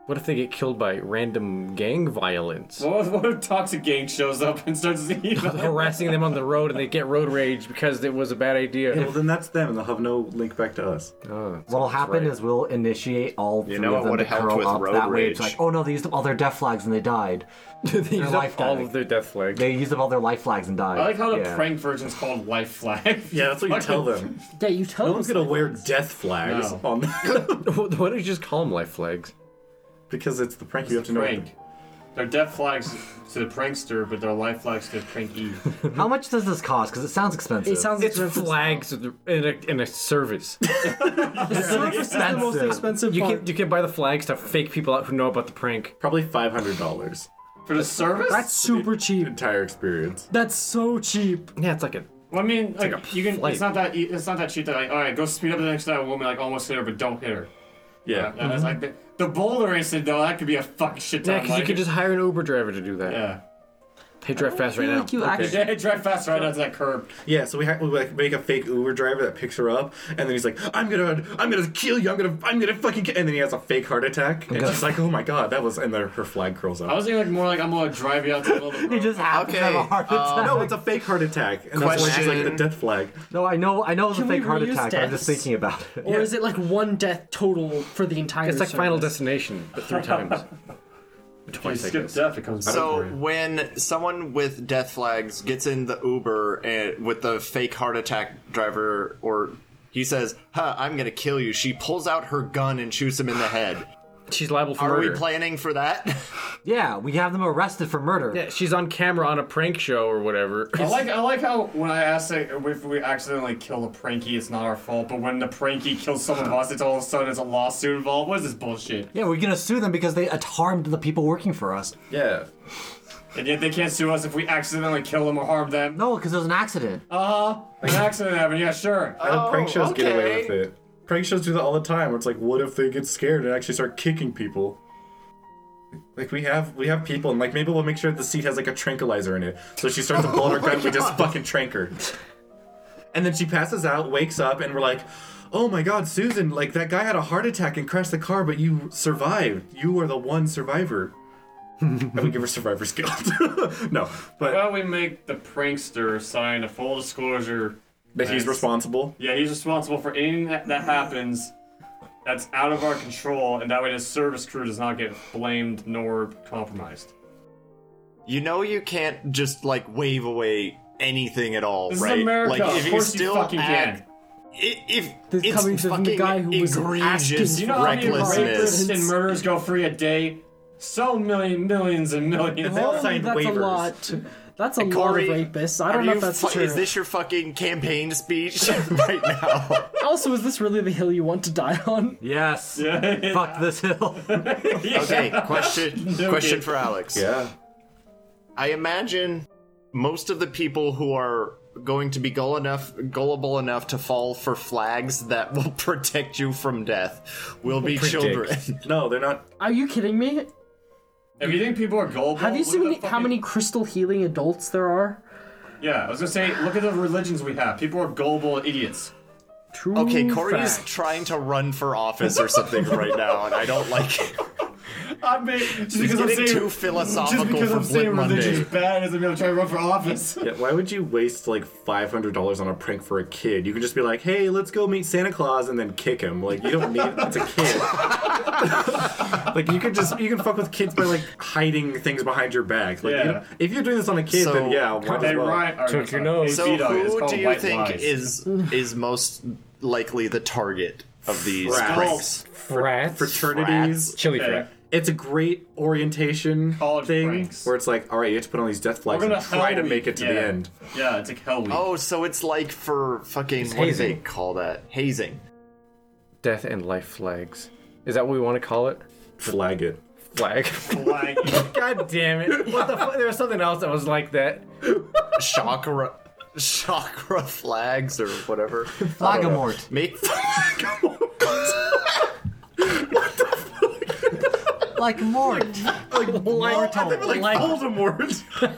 S7: What if they get killed by random gang violence?
S2: what, if, what if toxic gang shows up and starts you know,
S7: Harassing them on the road and they get road rage because it was a bad idea.
S6: Well, then that's them, and they'll have no link back to us.
S1: What'll happen
S7: right.
S1: is we'll initiate all three
S5: know what
S1: of them to
S5: would've helped
S1: curl
S5: with
S1: up
S5: road
S1: that way. It's
S5: rage?
S1: like, oh no, they used up all their death flags and they died.
S7: they used up
S1: life
S7: all
S1: tag.
S7: of their death flags.
S1: They used up all their life flags and died.
S2: I like how the
S1: yeah.
S2: prank version's called Life Flag.
S6: Yeah, that's what you tell them.
S4: Yeah, you tell
S6: No one's
S4: them.
S6: gonna wear death flags
S2: No.
S6: on
S7: Why don't you just call them life flags?
S6: because it's the prank. You have to know.
S2: Prank. They're death flags to the prankster, but they're life flags to E. the pranky.
S1: How much does this cost? Because it sounds expensive.
S4: It sounds
S7: It's
S4: expensive.
S7: flags in a, in a service.
S4: Service is the most
S1: expensive.
S4: expensive
S7: You
S4: part.
S7: can you can buy the flags to fake people out who know about the prank.
S6: Probably five hundred dollars.
S2: For the service?
S4: That's super cheap.
S6: Entire experience.
S4: That's so cheap.
S7: Yeah, it's like a
S2: Well, I mean, like,
S7: like a
S2: you can.
S7: flight.
S2: It's not that. e- It's not that cheap. That like, all right, go speed up the next to that woman, like almost hit her, but don't hit her.
S6: Yeah.
S2: And it's like the, the boulder incident though. That could be a fucking shit
S7: yeah,
S2: ton.
S7: because
S2: like,
S7: you could just hire an Uber driver to do that.
S2: yeah.
S7: Hey, drive fast right
S4: feel
S7: now.
S4: like you actually-
S2: Yeah, drive fast right out to that curb.
S6: Yeah. So we, ha- we like make a fake Uber driver that picks her up, and then he's like, "I'm gonna, I'm gonna kill you. I'm gonna, I'm gonna fucking." Ki-. And then he has a fake heart attack, and she's like, "Oh my god, that was." And then her flag curls
S2: I
S6: up.
S2: was thinking like more like I'm gonna drive you out to the middle of the road.
S1: You just have to
S5: Okay,
S1: have a heart
S5: uh,
S1: attack.
S6: No, it's a fake heart attack, and that's why she's like the
S5: Question.
S6: death flag.
S1: No, I know, I know it's a
S4: Can we
S1: fake heart
S4: reuse
S1: attack. but I'm just
S4: deaths?
S1: thinking about it.
S4: Or is it like one death total for the entire?
S7: It's like Final
S4: service?
S7: Destination, but three times.
S2: you
S7: Twice, I
S2: skip
S7: guess.
S2: death, it comes back
S5: So
S2: for you.
S5: when someone with death flags gets in the Uber and with the fake heart attack driver, or he says, "Huh, I'm gonna kill you," she pulls out her gun and shoots him in the head.
S7: She's liable for
S5: Are
S7: murder.
S5: we planning for that?
S1: Yeah, we have them arrested for murder.
S7: yeah, she's on camera on a prank show or whatever.
S2: I like I like how when I asked like, if we accidentally kill a pranky, it's not our fault. But when the pranky kills someone of us, it's all of a sudden it's a lawsuit involved. What is this bullshit?
S1: Yeah, we're gonna sue them because they at- harmed the people working for us.
S6: Yeah.
S2: And yet they can't sue us if we accidentally kill them or harm them.
S1: No, because it was an accident.
S2: Uh huh. An accident happened. Yeah, sure.
S6: And prank
S5: Oh,
S6: shows get away
S5: okay.
S6: with it. Prank shows do that all the time. Where it's like, what if they get scared and actually start kicking people? Like we have we have people, and like maybe we'll make sure the seat has like a tranquilizer in it. So she starts to pull
S5: Oh
S6: her gun, we just fucking trank her. And then she passes out, wakes up, and we're like, oh my god, Susan, like that guy had a heart attack and crashed the car, but you survived. You are the one survivor. and we give her survivor's guilt. no, but
S2: Why don't we make the prankster sign a full disclosure?
S6: that he's responsible.
S2: Yeah, he's responsible for anything that, that happens that's out of our control, and that way the service crew does not get blamed nor compromised.
S5: you know, you can't just like wave away anything at all,
S2: This
S5: right?
S2: is America.
S5: Like
S2: of course you fucking
S5: act-
S2: can.
S5: i- if
S4: This
S5: it's
S4: coming from
S5: fucking
S4: the guy who was asking
S5: egregious
S4: for
S2: You know how many
S5: recklessness.
S2: rapists and murderers go free a day? So many millions and millions.
S6: all
S4: Oh,
S6: signed
S4: that's
S6: waivers.
S4: a lot. That's a
S5: Corey,
S4: lot of rapists. I
S5: Are
S4: don't know
S5: you
S4: if that's
S5: fu-
S4: true.
S5: Is this your fucking campaign speech right now?
S4: Also, is this really the hill you want to die on?
S1: Yes. Fuck this hill.
S5: Okay, question question for Alex.
S6: Yeah.
S5: I imagine most of the people who are going to be gull enough, gullible enough to fall for flags that will protect you from death will be children.
S6: No, they're not
S4: Are you kidding me?
S2: If you think people are gullible,
S4: Have you
S2: look at
S4: seen
S2: Oh, the
S4: how
S2: fucking-
S4: many crystal healing adults there are?
S2: Yeah, I was gonna say, look at the religions we have. People are gullible idiots.
S4: True.
S5: Okay, Corey's
S4: fact.
S5: trying to run for office or something right now, and I don't like it.
S2: I mean, just
S5: He's
S2: because I'm
S5: getting
S2: saying,
S5: too
S2: just
S5: philosophical
S2: because
S5: for
S2: I'm saying
S5: Blip Monday.
S2: religion's bad doesn't mean I'm trying to run for office.
S6: Yeah, why would you waste like five hundred dollars on a prank for a kid? You could just be like, "Hey, let's go meet Santa Claus," and then kick him. Like you don't need it's a kid. like you could just you can fuck with kids by like hiding things behind your back. Like you
S2: Yeah.
S6: don't- if you're doing this on a kid,
S5: So-
S6: then yeah, might
S2: They
S6: as well.
S2: rhyme. or,
S7: Took
S2: sorry,
S7: your nose.
S2: it's
S5: So
S2: veto, it's
S5: who
S2: called
S5: do you
S2: white
S5: think
S2: lies.
S5: is is most likely the target of these
S6: Frats.
S5: pranks?
S7: Frats.
S6: Fraternities.
S5: Frats.
S7: Chili
S2: Okay.
S7: frat.
S6: It's a great orientation
S2: College
S6: thing
S2: pranks.
S6: where it's like, all right, you have to put on these death flags
S2: We're
S6: and
S2: gonna
S6: try
S2: hell
S6: to
S2: week,
S6: make it to
S2: yeah.
S6: the end.
S2: Yeah, it's like hell week.
S5: Oh, so it's like for fucking what do they
S7: hazing.
S5: call that? Hazing.
S7: Death and life flags. Is that what we want to call it?
S6: Flag it.
S7: Flag.
S2: Like,
S7: God damn it. What the fuck? There was something else that was like that.
S5: Chakra. chakra flags or whatever.
S1: Flagamort.
S5: Make
S1: Like Mort.
S6: Like, I think we're like,
S1: Like-
S6: Voldemort.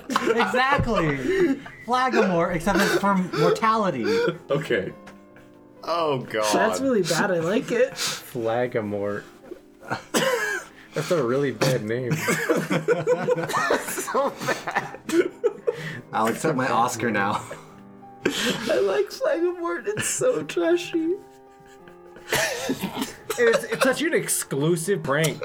S1: exactly. Flagamort, except it's for mortality.
S6: okay.
S5: oh god.
S4: That's really bad. I like it.
S7: Flagamort. That's a really bad name.
S1: I'll accept my Oscar now.
S4: I like Flagomort. It's so trashy.
S7: it's, it's such an exclusive prank.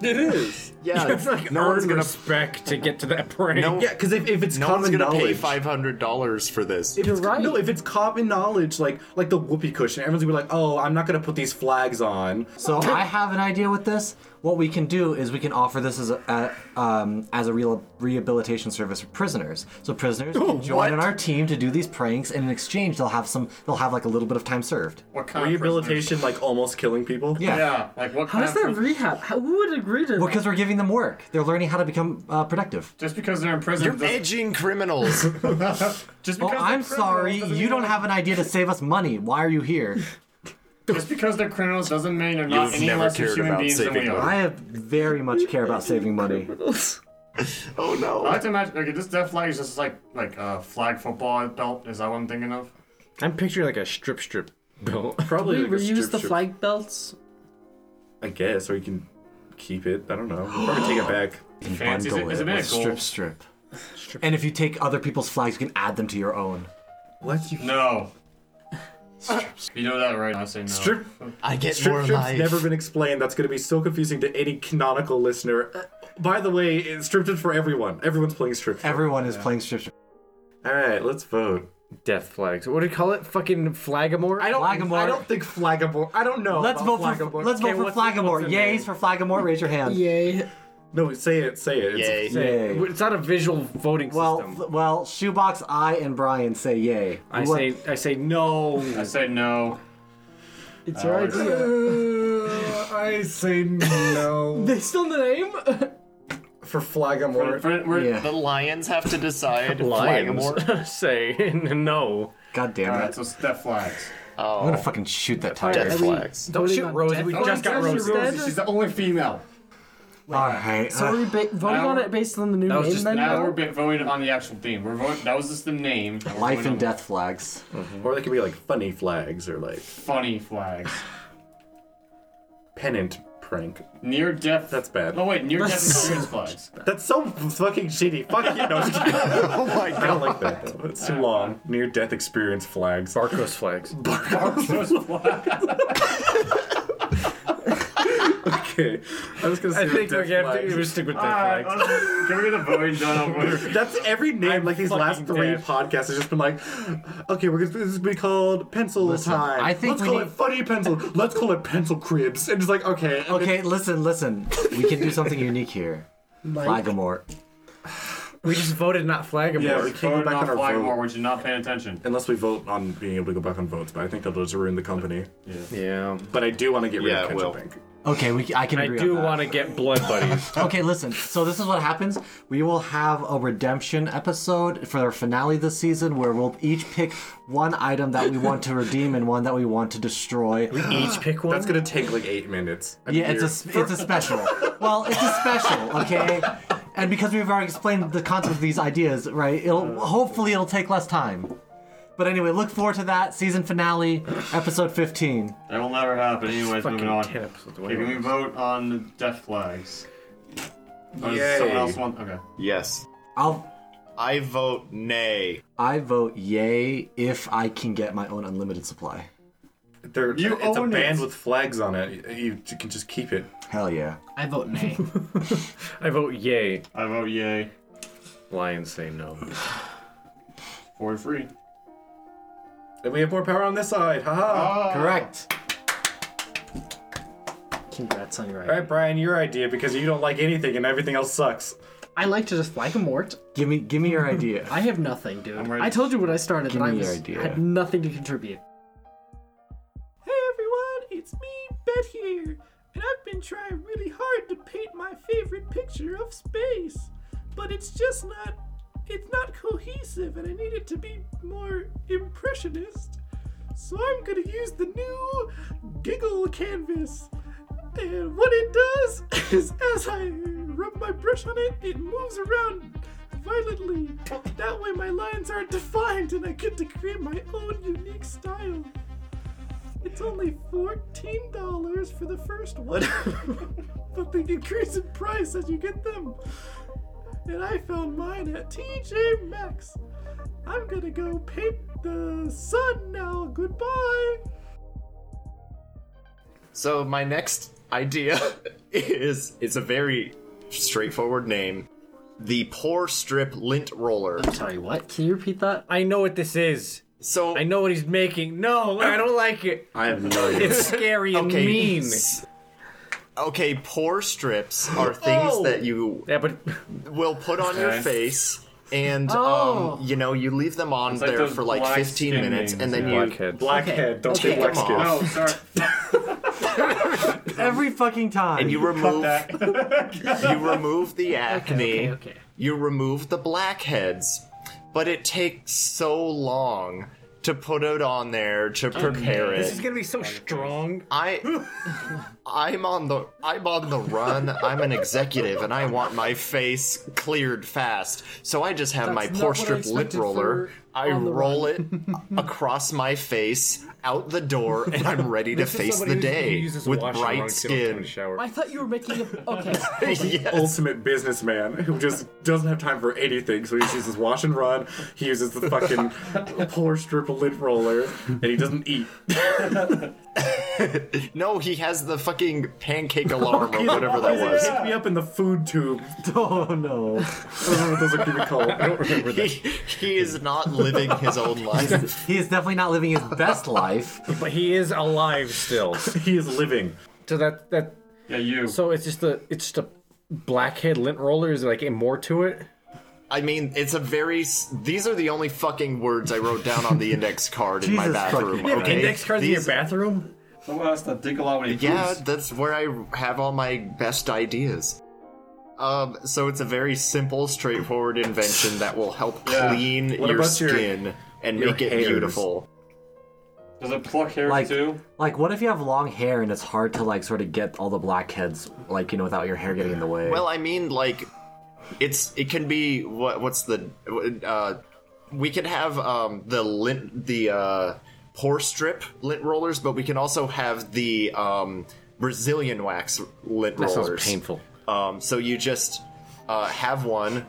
S4: It is.
S5: yeah.
S7: It's like
S5: no one's
S7: earn
S5: gonna
S7: respect to get to that prank.
S5: no,
S6: Yeah, because if, if it's
S5: no one's
S6: common
S5: gonna pay
S6: knowledge,
S5: five hundred dollars for this.
S6: if it's,
S4: You're right.
S6: No, if it's common knowledge, like like the whoopee cushion, everyone's gonna be like, oh, I'm not gonna put these flags on.
S1: So I have an idea with this. What we can do is we can offer this as a, a um, as a real rehabilitation service for prisoners. So prisoners can join
S5: what?
S1: in our team to do these pranks, and in exchange, they'll have some. They'll have like a little bit of time served.
S2: What kind
S6: Rehabilitation, like almost killing people.
S1: Yeah.
S2: Of prisoners? yeah, like what
S4: How
S2: kind
S4: is
S2: of
S4: that
S2: prison-
S4: rehab? How, who would agree to
S1: Because we're giving them work. They're learning how to become uh, productive.
S2: just because they're in prison.
S5: You're
S2: doesn't-
S5: edging criminals.
S2: just because
S1: Oh,
S2: they're
S1: I'm
S2: criminals
S1: sorry.
S2: doesn't
S1: You
S2: mean
S1: don't
S2: they're-
S1: have an idea to save us money. Why are you here?
S2: Just because they're criminals doesn't mean they're not
S5: You've
S2: any
S5: never
S2: less of
S5: cared
S2: human
S5: about
S2: beings than we
S5: saving
S2: are.
S1: I have very much care about saving money.
S4: that?
S5: oh
S2: I
S5: no.
S2: like to imagine okay, this death flag is just like like a flag football belt. Is that what I'm thinking of?
S7: I'm picturing like a strip strip belt.
S6: Probably.
S4: we
S6: like a
S4: reuse
S6: strip
S4: the
S6: strip.
S4: flag belts.
S6: I guess, or you can keep it. I don't know. Probably take it back.
S2: Fancy. Is it-
S1: Bundle
S2: is it
S1: with
S2: made of
S1: strip,
S2: gold?
S1: strip. And if you take other people's flags, you can add them to your own.
S6: What? You
S2: No. you know that, right? I say no.
S6: strip
S5: I get more
S6: strip strip's
S5: life.
S6: never been explained. That's going to be so confusing to any canonical listener. Uh, By the way, it's strip strip for everyone. Everyone's playing strip. strip.
S1: Everyone is playing strip, strip.
S6: All right, let's vote.
S7: Death flags. What do you call it? Fucking flagamore?
S6: I don't.
S1: Flagamore.
S6: I don't think Flagamore. I don't know.
S1: Let's
S6: about
S1: vote for
S6: Flagamore.
S1: Let's
S7: Okay,
S1: vote for
S7: what's the- what's
S1: Flagamore.
S7: the
S1: Yays
S7: name?
S1: for Flagamore. Raise your hand.
S4: Yay.
S6: No, say it. Say it. It's-
S5: Yay.
S1: Yay.
S7: It's not a visual voting
S1: Well,
S7: system.
S1: f- well, shoebox. I and Brian say yay.
S7: I
S1: What-
S7: say, I say no.
S2: I say no.
S4: It's your idea.
S6: Uh, I say no
S4: They still the name?
S6: for
S2: We're,
S6: Flagamore.
S2: we're, we're-
S1: Yeah.
S5: The lions have to decide. Flagamore.
S7: Lions say no.
S1: God damn
S2: All
S1: it!
S2: right, so it's death flags.
S1: I'm gonna fucking shoot that tiger.
S5: Death
S4: we-
S5: flags.
S7: Don't
S4: Voting
S7: shoot
S4: on
S7: Rosie,
S4: death
S7: we just got
S4: flags
S7: Rosie.
S4: instead?
S2: She's the only female.
S1: All right.
S4: So are we ba- voting
S2: Now-
S4: on it based on the new
S7: was
S4: name
S7: just-
S4: then?
S2: Now we're bit- voting on the actual theme. We're voting. That was just the name. Now we're
S1: Life
S2: voting
S1: and
S2: on
S1: death flags.
S6: Or they could be like funny flags or like
S2: Funny flags.
S6: pennant prank.
S2: Near death.
S6: That's bad.
S2: Oh wait, near death experience flags.
S6: That's so fucking shitty. Fuck you. No, I'm just kidding.
S5: Oh my
S6: I don't
S5: god.
S6: like that though. It's too long. Near death experience flags.
S7: Barcos flags.
S6: Okay. I was gonna say
S7: I think we're
S6: death
S7: gonna have to
S6: flags.
S7: we'll stick with death
S2: Alright,
S7: flags.
S2: let's- Can we get a voting done over? here?
S6: That's every name. like these last
S7: fucking
S6: three
S7: dead.
S6: podcasts has just been like, okay, we're gonna this is gonna be called pencil time.
S1: I think
S6: let's
S1: we
S6: call
S1: need-
S6: it funny pencil. Let's call it pencil cribs. And it's like okay, and
S1: Okay, listen, listen. We can do something unique here. Flagamore.
S7: We just voted not flagamore.
S6: Yeah, we can't go
S2: Voting
S6: back
S2: on
S6: on our
S2: flag
S6: vote
S2: war, which is not paying attention.
S6: unless we vote on being able to go back on votes. But I think that'll just ruin the company.
S7: yeah.
S6: But I do want to get rid of
S5: Yeah, it
S6: Ketchup
S5: will.
S6: Bank.
S1: Okay, we, I can
S7: I
S1: agree
S7: do
S1: on that.
S7: want to get blood buddies.
S1: Okay, listen. So this is what happens. We will have a redemption episode for our finale this season, where we'll each pick one item that we want to redeem and one that we want to destroy.
S7: Each pick one.
S6: That's gonna take like eight minutes. I'm
S1: Yeah, it's a
S6: here.
S1: s- it's a special. well, it's a special, okay. And because we've already explained the concept of these ideas, right? It'll hopefully it'll take less time. But anyway, look forward to that season finale, episode 15.
S2: That will never happen. Anyways,
S7: fucking
S2: moving on.
S7: ten episodes away.
S2: Okay, can we vote on the death flags? Or does
S6: Yay.
S2: someone else want? Okay.
S5: Yes.
S1: I'll
S5: I vote nay.
S1: I vote yay if I can get my own unlimited supply.
S6: They're,
S2: You
S6: it's a
S2: own
S6: band
S2: it.
S6: with flags on it. You, you can just keep it.
S1: Hell yeah.
S4: I vote nay.
S7: I vote yay.
S2: I vote yay.
S7: Lions say no.
S2: Four to three.
S6: And we have more power on this side. Haha.
S2: Ah.
S1: Correct.
S4: Congrats on your
S6: All
S4: idea.
S6: right, Brian, your idea because you don't like anything and everything else sucks.
S4: I like to just flag a mort.
S1: Give me give me your idea.
S4: I have nothing, dude.
S2: ready.
S4: I told you when I started that
S1: Give
S4: I
S1: me your
S4: was,
S1: idea.
S4: had nothing to contribute.
S3: Hey everyone, it's me, Bet here, and I've been trying really hard to paint my favorite picture of space, but it's just not it's not cohesive and I need it to be more impressionist. So I'm gonna use the new giggle canvas. And what it does is as I rub my brush on it, it moves around violently. That way my lines aren't defined and I get to create my own unique style. It's only $14 for the first one, but they increase in price as you get them. And I found mine at TJ Maxx. I'm gonna go paint the sun now. Goodbye.
S5: So my next idea is it's a very straightforward name. The pore strip lint roller.
S4: Sorry, what? Can you repeat that?
S7: I know what this is.
S5: So
S7: I know what he's making. No, I don't like it.
S6: I have no idea.
S7: It's scary and
S5: okay.
S7: mean.
S5: s- Okay, pore strips are things that you
S7: Yeah, but
S5: will put on your face and
S4: Oh.
S5: um, you know, you leave them on
S8: like
S5: there
S8: those
S5: for like
S8: black
S5: 15
S8: skin
S5: minutes
S8: things,
S5: and then
S8: yeah.
S5: you
S7: blackhead.
S6: Blackhead. Don't say
S5: Okay.
S6: black
S5: Come
S6: skin.
S5: off.
S2: Oh, sorry.
S1: Every fucking time.
S5: and you remove you remove the acne.
S4: Okay, okay.
S5: You remove the blackheads, but it takes so long to put it on there to prepare it.
S7: This is gonna be so strong.
S5: I I'm on the I'm on the run. I'm an executive and I want my face cleared fast. So I just have my
S4: That's
S5: pore
S4: not what I
S5: strip lip
S4: expected
S5: roller.
S4: for
S5: I
S4: on the
S5: roll it across my face out the door and I'm ready to face the day with bright skin.
S4: I thought you were making a. Okay.
S5: yes.
S6: ultimate businessman who just doesn't have time for anything. So he just uses wash and run. He uses the fucking poor strip lint roller, and he doesn't eat.
S5: No, he has the fucking pancake alarm or whatever that
S6: He
S5: was.
S6: picked me up in the food tube.
S1: oh no.
S6: I don't remember what those are even called. I don't remember
S5: He, he is not living his own life.
S1: He is definitely not living his best life.
S7: But he is alive still.
S6: He is living.
S7: so that that
S8: Yeah, you.
S7: so it's just a it's just a blackhead lint roller. Is there like more to it?
S5: I mean, it's a very. s- These are the only fucking words I wrote down on the index card in my
S1: Jesus fucking
S5: bathroom.
S1: Christ.
S5: Okay,
S7: Index cards in your
S5: These-
S7: bathroom?
S8: Someone has to dig a lot when he
S5: Yeah,
S8: poops.
S5: that's where I have all my best ideas. Um, so it's a very simple, straightforward invention that will help
S8: Yeah.
S5: clean
S6: What
S5: your
S6: about your-
S5: skin and
S6: your
S5: make it
S6: hairs?
S5: beautiful.
S8: Does it pluck hair
S1: Like,
S8: too?
S1: like, what if you have long hair and it's hard to like sort of get all the blackheads, like you know, without your hair getting in the way?
S5: Well, I mean, like, it's it can be what what's the uh, we could have um the lint the uh pore strip lint rollers, but we can also have the um Brazilian wax lint
S7: That
S5: rollers.
S7: sounds painful.
S5: Um, so you just uh, have one,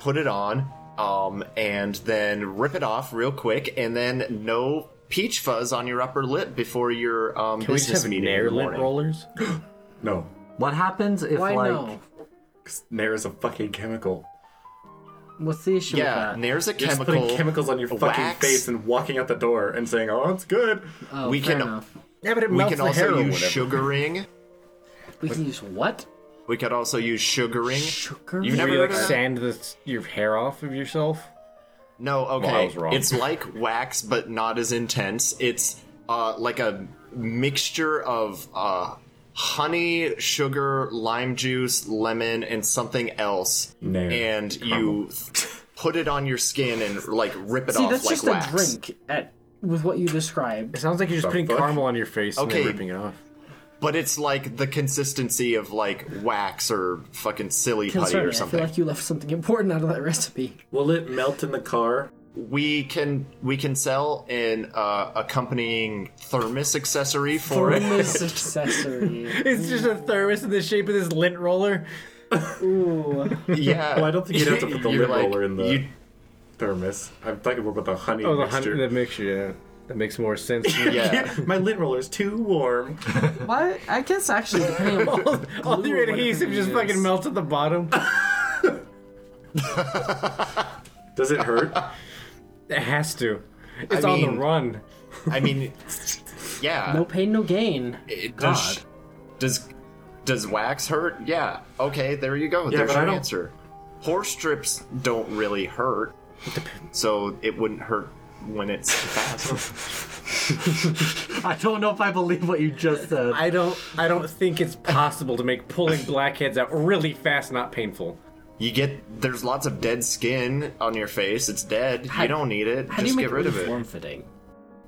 S5: put it on, um, and then rip it off real quick, and then no peach fuzz on your upper lip before your um,
S7: Can we just
S5: business
S7: have
S5: meeting in
S7: nair
S5: the
S7: lint
S5: morning.
S7: rollers?
S6: No,
S1: what happens if
S4: Why
S1: like
S4: no?
S6: Nair is a fucking chemical.
S4: What's the issue
S5: Yeah,
S4: with that?
S5: nair's a
S6: You're just
S5: chemical.
S6: putting chemicals on your fucking
S5: wax.
S6: face and walking out the door and saying, "Oh, it's good."
S4: Oh,
S5: we
S4: fair
S5: can-
S4: Enough.
S7: Yeah, but it
S5: We
S7: melts
S5: can
S7: the
S5: also
S7: hair or
S5: use
S7: whatever.
S5: sugaring.
S4: We can use what?
S5: We could also use sugaring.
S4: Sugar?
S7: Where
S5: You've never
S7: you like
S5: heard of that?
S7: sand the, your hair off of yourself?
S5: No, okay.
S7: Well, I was wrong.
S5: It's like wax, but not as intense. It's uh, like a mixture of uh, honey, sugar, lime juice, lemon, and something else.
S6: Nair.
S5: And you put it on your skin and like rip it
S4: See,
S5: off
S4: that's
S5: like
S4: just
S5: wax.
S4: a drink at, with what you described.
S7: It sounds like you're just putting
S6: fuck?
S7: caramel on your face and
S5: Okay.
S7: then ripping it off.
S5: But it's like the consistency of like wax or fucking silly putty
S4: Concern
S5: or
S4: me. I feel
S5: something.
S4: like you left something important out of that recipe.
S6: Will it melt in the car?
S5: we can we can sell an uh, accompanying thermos accessory for it.
S4: Bonus accessory.
S7: It's just a thermos in the shape of this lint roller.
S4: Ooh.
S5: Yeah.
S6: Well, I don't think you'd have to put the
S5: You're
S6: lint
S5: like-
S6: roller in the
S5: you-
S6: thermos. I'm thinking more about the honey
S7: Oh, the
S6: mixture.
S7: hundred that mixture. Yeah, that makes more sense. to me.
S5: yeah.
S6: My lint roller is too warm.
S4: Why? I guess actually, depending on what
S7: All
S4: glue
S7: your
S4: or whatever
S7: adhesive
S4: you
S7: just
S4: use.
S7: fucking melts at the bottom.
S6: Does it hurt?
S7: It has to. It's
S5: I
S7: on
S5: mean-
S7: the run.
S5: I mean, yeah.
S4: No pain, no gain.
S5: It- does, does does wax hurt? Yeah. Okay, there you go. There's
S6: but I
S5: your
S6: don't-
S5: answer. Horse strips don't really hurt, so it wouldn't hurt when it's fast.
S1: I don't know if I believe what you just said.
S7: I don't. I don't think it's possible to make pulling blackheads out really fast not painful.
S5: You get there's lots of dead skin on your face. It's dead.
S4: How-
S5: you don't need it.
S4: How
S5: Just
S4: do you
S5: get
S4: make
S5: rid
S4: it
S5: of it.
S4: form fitting?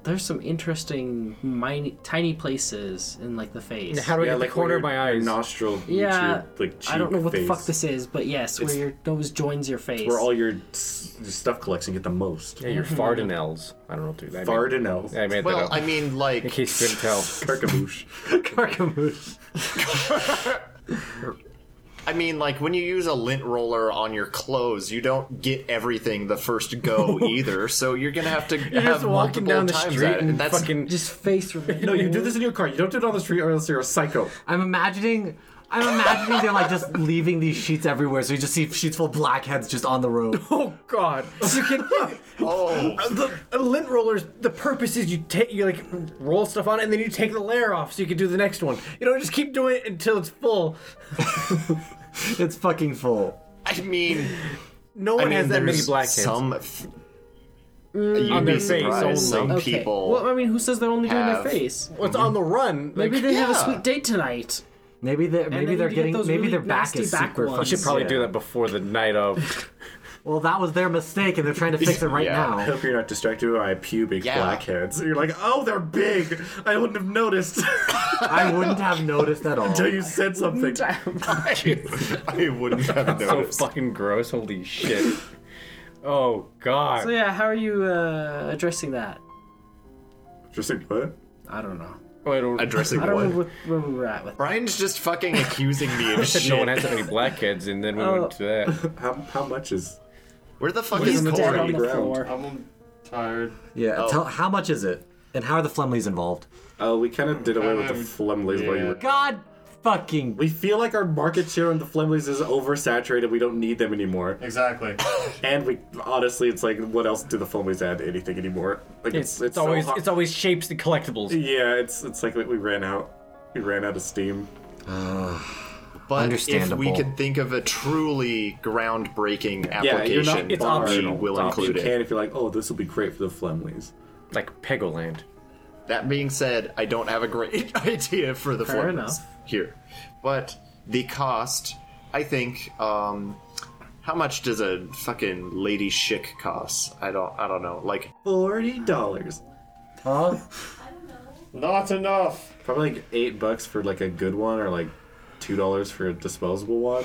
S4: There's some interesting miny, tiny places in like the face.
S7: How do I
S6: Yeah,
S7: get
S6: like
S7: the corner of
S6: where
S7: my
S6: your- your
S7: eyes?
S6: Nostril.
S4: yeah,
S6: your, like cheek
S4: I don't know what
S6: face,
S4: the fuck this is, but yes, where your nose joins your face.
S6: Where all your, s- your stuff collects and get the most.
S7: yeah, your fardinels. I don't know, dude. I made,
S6: Fardinels.
S7: I made
S5: Well,
S7: that up.
S5: I mean,
S7: In
S5: like
S7: case you couldn't tell.
S6: Carcamouche.
S1: Carcamouche.
S5: I mean, like when you use a lint roller on your clothes, you don't get everything the first go either. So you're gonna have to
S7: You're
S5: have
S7: just walking
S5: multiple
S7: down the
S5: times
S7: street
S5: at it.
S7: and
S5: that's
S7: fucking
S4: just face removal.
S6: No, you do this in your car. You don't do it on the street or else you're a psycho.
S1: I'm imagining. I'm imagining they're like just leaving these sheets everywhere, so you just see sheets full of blackheads just on the road.
S7: Oh God! You can.
S5: oh,
S7: Uh, the uh, lint rollers. The purpose is you take you like roll stuff on it, and then you take the layer off so you can do the next one. You know, just keep doing it until it's full.
S1: It's fucking full.
S5: I mean,
S7: No
S5: I
S7: one
S5: mean,
S7: has that
S5: there's
S7: many blackheads.
S5: some. f- You'd
S7: on
S5: be
S7: their face
S5: surprised.
S7: only. uh,
S5: Some
S4: Okay.
S5: people.
S4: Well, I mean, who says they're only doing their
S5: have-
S4: face?
S7: Well, it's on the run.
S4: Maybe
S7: like,
S4: they have a
S5: yeah.
S4: sweet date tonight.
S1: Maybe they are
S4: then
S1: maybe
S4: you
S1: they're
S4: get
S1: getting
S4: those
S1: maybe
S4: really
S1: their back
S4: nasty
S1: is
S4: back
S1: super.
S4: ones.
S1: fucking-
S4: You should
S7: probably
S5: Yeah.
S7: do that before the night of.
S1: Well, that was their mistake, and they're trying to fix it right
S5: Yeah.
S6: I
S1: now.
S6: hope you're not distracted by pubic
S5: Yeah.
S6: blackheads. You're like, oh, they're big. I wouldn't have noticed
S1: I wouldn't have noticed at all.
S6: until you said something.
S5: I, I wouldn't have
S7: so
S5: noticed.
S7: fucking gross. Holy shit. Oh God.
S4: So yeah, how are you uh, addressing that?
S6: Just like, what?
S4: I don't know.
S7: Oh, I don't-
S5: Addressing
S4: I don't know
S5: what?
S4: what, where we were at with.
S5: Brian's just fucking accusing me of
S7: said
S5: shit.
S7: no one has that many blackheads, and then we
S4: Oh.
S7: went to that.
S6: How, how much is?
S5: Where the fuck
S4: He's
S5: is
S4: dead on
S5: Corey?
S4: the
S6: ground.
S4: floor.
S8: I'm tired.
S1: Yeah.
S4: oh.
S1: Tell how much is it, and how are the Flemleys involved?
S6: Oh, we kind of did away with the
S8: Um,
S7: Mm-hmm.
S6: Flemleys while you were.
S1: God fucking.
S6: We feel like our market share on the Flemleys is oversaturated. We don't need them anymore.
S8: Exactly.
S6: And we honestly, it's like, what else do the Flemleys add to anything anymore? Like, it's it's,
S7: It's, always
S6: so hot.
S7: it's always shapes and collectibles.
S6: yeah. It's it's like we, we ran out. We ran out of steam.
S5: But if we
S1: Understandable.
S5: could think of a truly groundbreaking
S6: Yeah, you're not.
S5: application,
S7: it's
S5: we
S7: optional.
S5: will
S7: It's
S5: include
S6: You
S5: it.
S6: can if you're like, oh, this will be great for the Flemleys.
S7: Like Pegoland.
S5: That being said, I don't have a great idea for the
S4: Fair
S5: formulas
S4: enough.
S5: here, but the cost, I think. um... How much does a fucking lady chic cost? I don't, I don't know. Like,
S6: Forty dollars.
S1: Huh?
S2: Not enough.
S6: Probably like eight bucks for like a good one, or like two dollars for a disposable one.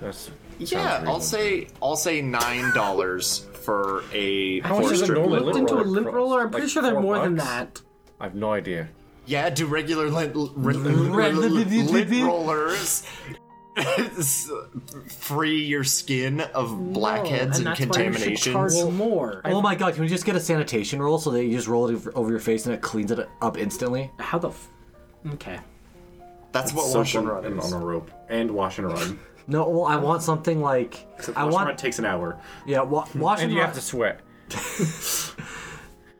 S7: That's
S5: yeah, I'll say, I'll say nine dollars for a.
S7: How much
S5: four
S7: is a
S5: strip
S7: normal
S5: club.
S7: lint
S4: Looked into a
S7: roller
S4: lint
S7: cross?
S4: roller. I'm pretty
S7: Like
S4: sure they're
S7: four
S4: more than
S7: bucks?
S4: that.
S7: I have no idea.
S5: Yeah, do regular lint, r- r- lint rollers s- free your skin of blackheads and,
S4: and that's Why you
S5: contaminations?
S4: should charge more.
S1: Oh my god, can we just get a sanitation roll so that you just roll it over- over your face and it cleans it up instantly?
S4: How the? F- okay.
S5: That's what wash and run
S6: and
S5: is.
S6: on a rope and wash and run.
S1: No, well, I want something like
S6: Except
S1: I
S6: wash and run
S1: want
S6: takes an hour.
S1: yeah, wa- wash
S7: And you
S1: run-
S7: have to sweat.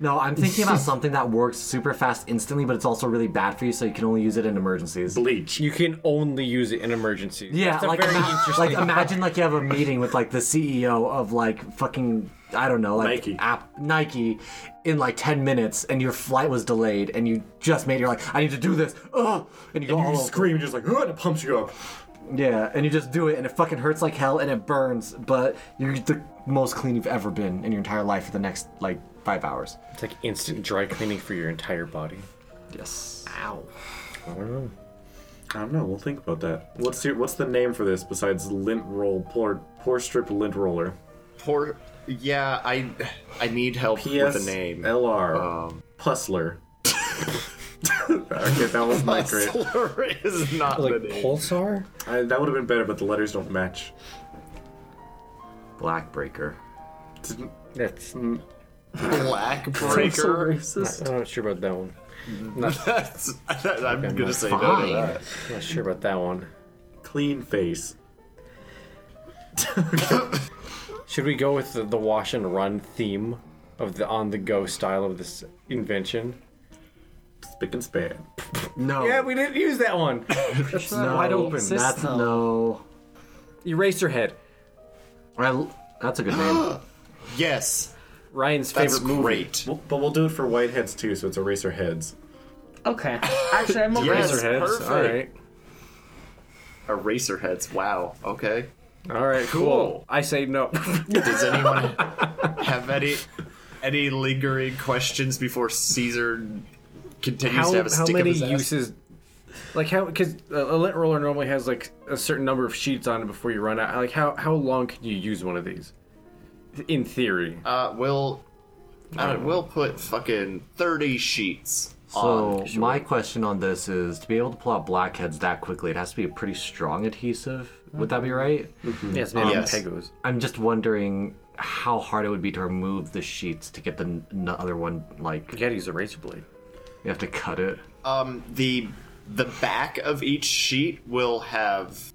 S1: No, I'm thinking about something that works super fast instantly, but it's also really bad for you, so you can only use it in emergencies.
S6: Bleach.
S7: You can only use it in emergencies.
S1: Yeah,
S7: That's a
S1: like,
S7: very
S1: ima-
S7: interesting.
S1: like imagine like you have a meeting with like the CEO of like fucking I don't know like
S6: Nike.
S1: app Nike in like ten minutes, and your flight was delayed, and you just made you're like I need to do this, Ugh! and you go all
S6: You
S1: over.
S6: scream just like, "Ugh," and it pumps you up.
S1: yeah, and you just do it, and it fucking hurts like hell, and it burns, but you're the most clean you've ever been in your entire life for the next like five hours.
S7: It's like instant dry cleaning for your entire body.
S1: Yes.
S4: Ow.
S7: I don't know.
S6: I don't know. We'll think about that. What's your, what's the name for this besides lint roll? Poor poor strip lint roller.
S5: Poor, yeah, I, I need help with a name.
S6: PSLR. Puzzler. okay, that was not great.
S5: Hustler is not
S7: Like
S5: the name.
S7: pulsar.
S6: I, that would have been better, but the letters don't match.
S1: Blackbreaker.
S6: Didn't-
S7: That's.
S5: Black
S4: So
S5: Breaker.
S4: racist.
S7: I'm not sure about that one.
S5: That's, that, I'm gonna say no to
S1: Fine.
S5: that.
S7: I'm not sure about that one.
S6: Clean face.
S7: Should we go with the, the wash and run theme of the on the go style of this invention?
S6: Spick and span.
S1: No.
S7: Yeah, we didn't use that one.
S4: That's
S1: no,
S7: wide open.
S4: racist,
S1: That's
S4: though.
S1: no.
S7: Eraserhead.
S1: I, that's a good name.
S5: Yes,
S7: Ryan's
S5: that's
S7: favorite movie.
S5: great.
S6: Well, but we'll do it for whiteheads too, so it's eraser heads.
S4: Okay. Actually, I'm over
S5: Yes.
S4: it.
S7: Eraserheads.
S5: Perfect.
S7: All right.
S5: Eraserheads. Wow. Okay.
S7: All right, cool. I say no.
S5: Does anyone have any any lingering questions before Caesar continues
S7: how
S5: to have a
S7: how
S5: stick
S7: many
S5: up his ass?
S7: uses? Like how? Because a lint roller normally has like a certain number of sheets on it before you run out. Like how how long can you use one of these? In theory,
S5: Uh, we'll uh, we'll put fucking thirty sheets.
S1: So
S5: on.
S1: my question on this is to be able to pull out blackheads that quickly, it has to be a pretty strong adhesive. Would that be right?
S7: yes, maybe
S5: yes.
S7: Pegos.
S1: I'm just wondering how hard it would be to remove the sheets to get the n- other one. Like
S7: You gotta use a razor blade.
S1: you have to cut it.
S5: um the the back of each sheet will have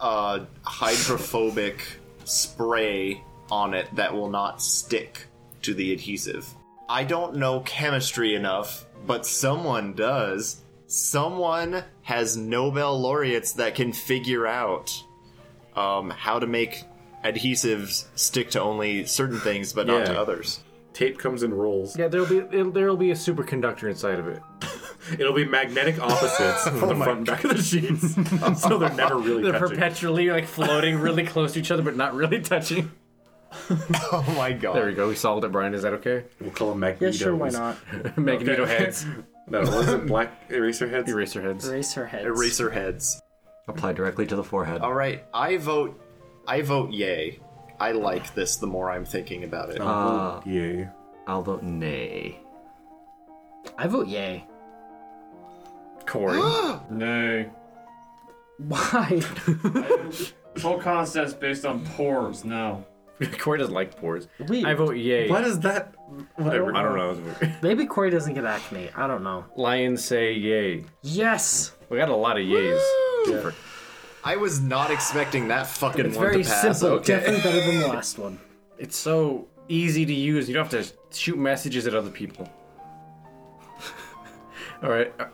S5: uh hydrophobic spray on it that will not stick to the adhesive. I don't know chemistry enough, but someone does. Someone has Nobel laureates that can figure out um, how to make adhesives stick to only certain things but not to
S6: Yeah.
S5: others.
S6: Tape comes in rolls.
S7: Yeah, there'll be it'll, there'll be a superconductor inside of it.
S6: It'll be magnetic opposites for the front and back of the sheets, so they're never really
S7: Oh They're
S6: touching.
S7: perpetually like floating really close to each other, but not really touching.
S5: Oh my god.
S7: There we go. We solved it, Brian. Is that okay?
S6: we'll call them magnetos.
S4: Yeah, sure, why not?
S7: Magneto heads,
S6: No, was it black eraser heads?
S7: eraser heads.
S4: Race her head.
S5: Eraser heads.
S1: Apply directly to the forehead.
S5: All right, I vote. I vote yay. I like this. The more I'm thinking about it,
S1: Uh,
S6: Yeah.
S1: I'll vote nay.
S4: I vote yay.
S7: Corey.
S8: Nay.
S4: Why?
S8: This whole concept's based on pores now.
S7: Corey doesn't like pores.
S4: Weird.
S7: I vote yay.
S6: Why does that? Whatever.
S7: I don't know. It's weird.
S4: Maybe Corey doesn't get acne. I don't know.
S7: Lions say yay.
S4: Yes.
S7: We got a lot of yays. Super.
S5: I was not expecting that fucking
S4: It's
S5: one
S4: very
S5: to pass.
S4: simple.
S5: Okay.
S4: Definitely better than the last one.
S7: It's so easy to use. You don't have to shoot messages at other people. All right. Uh,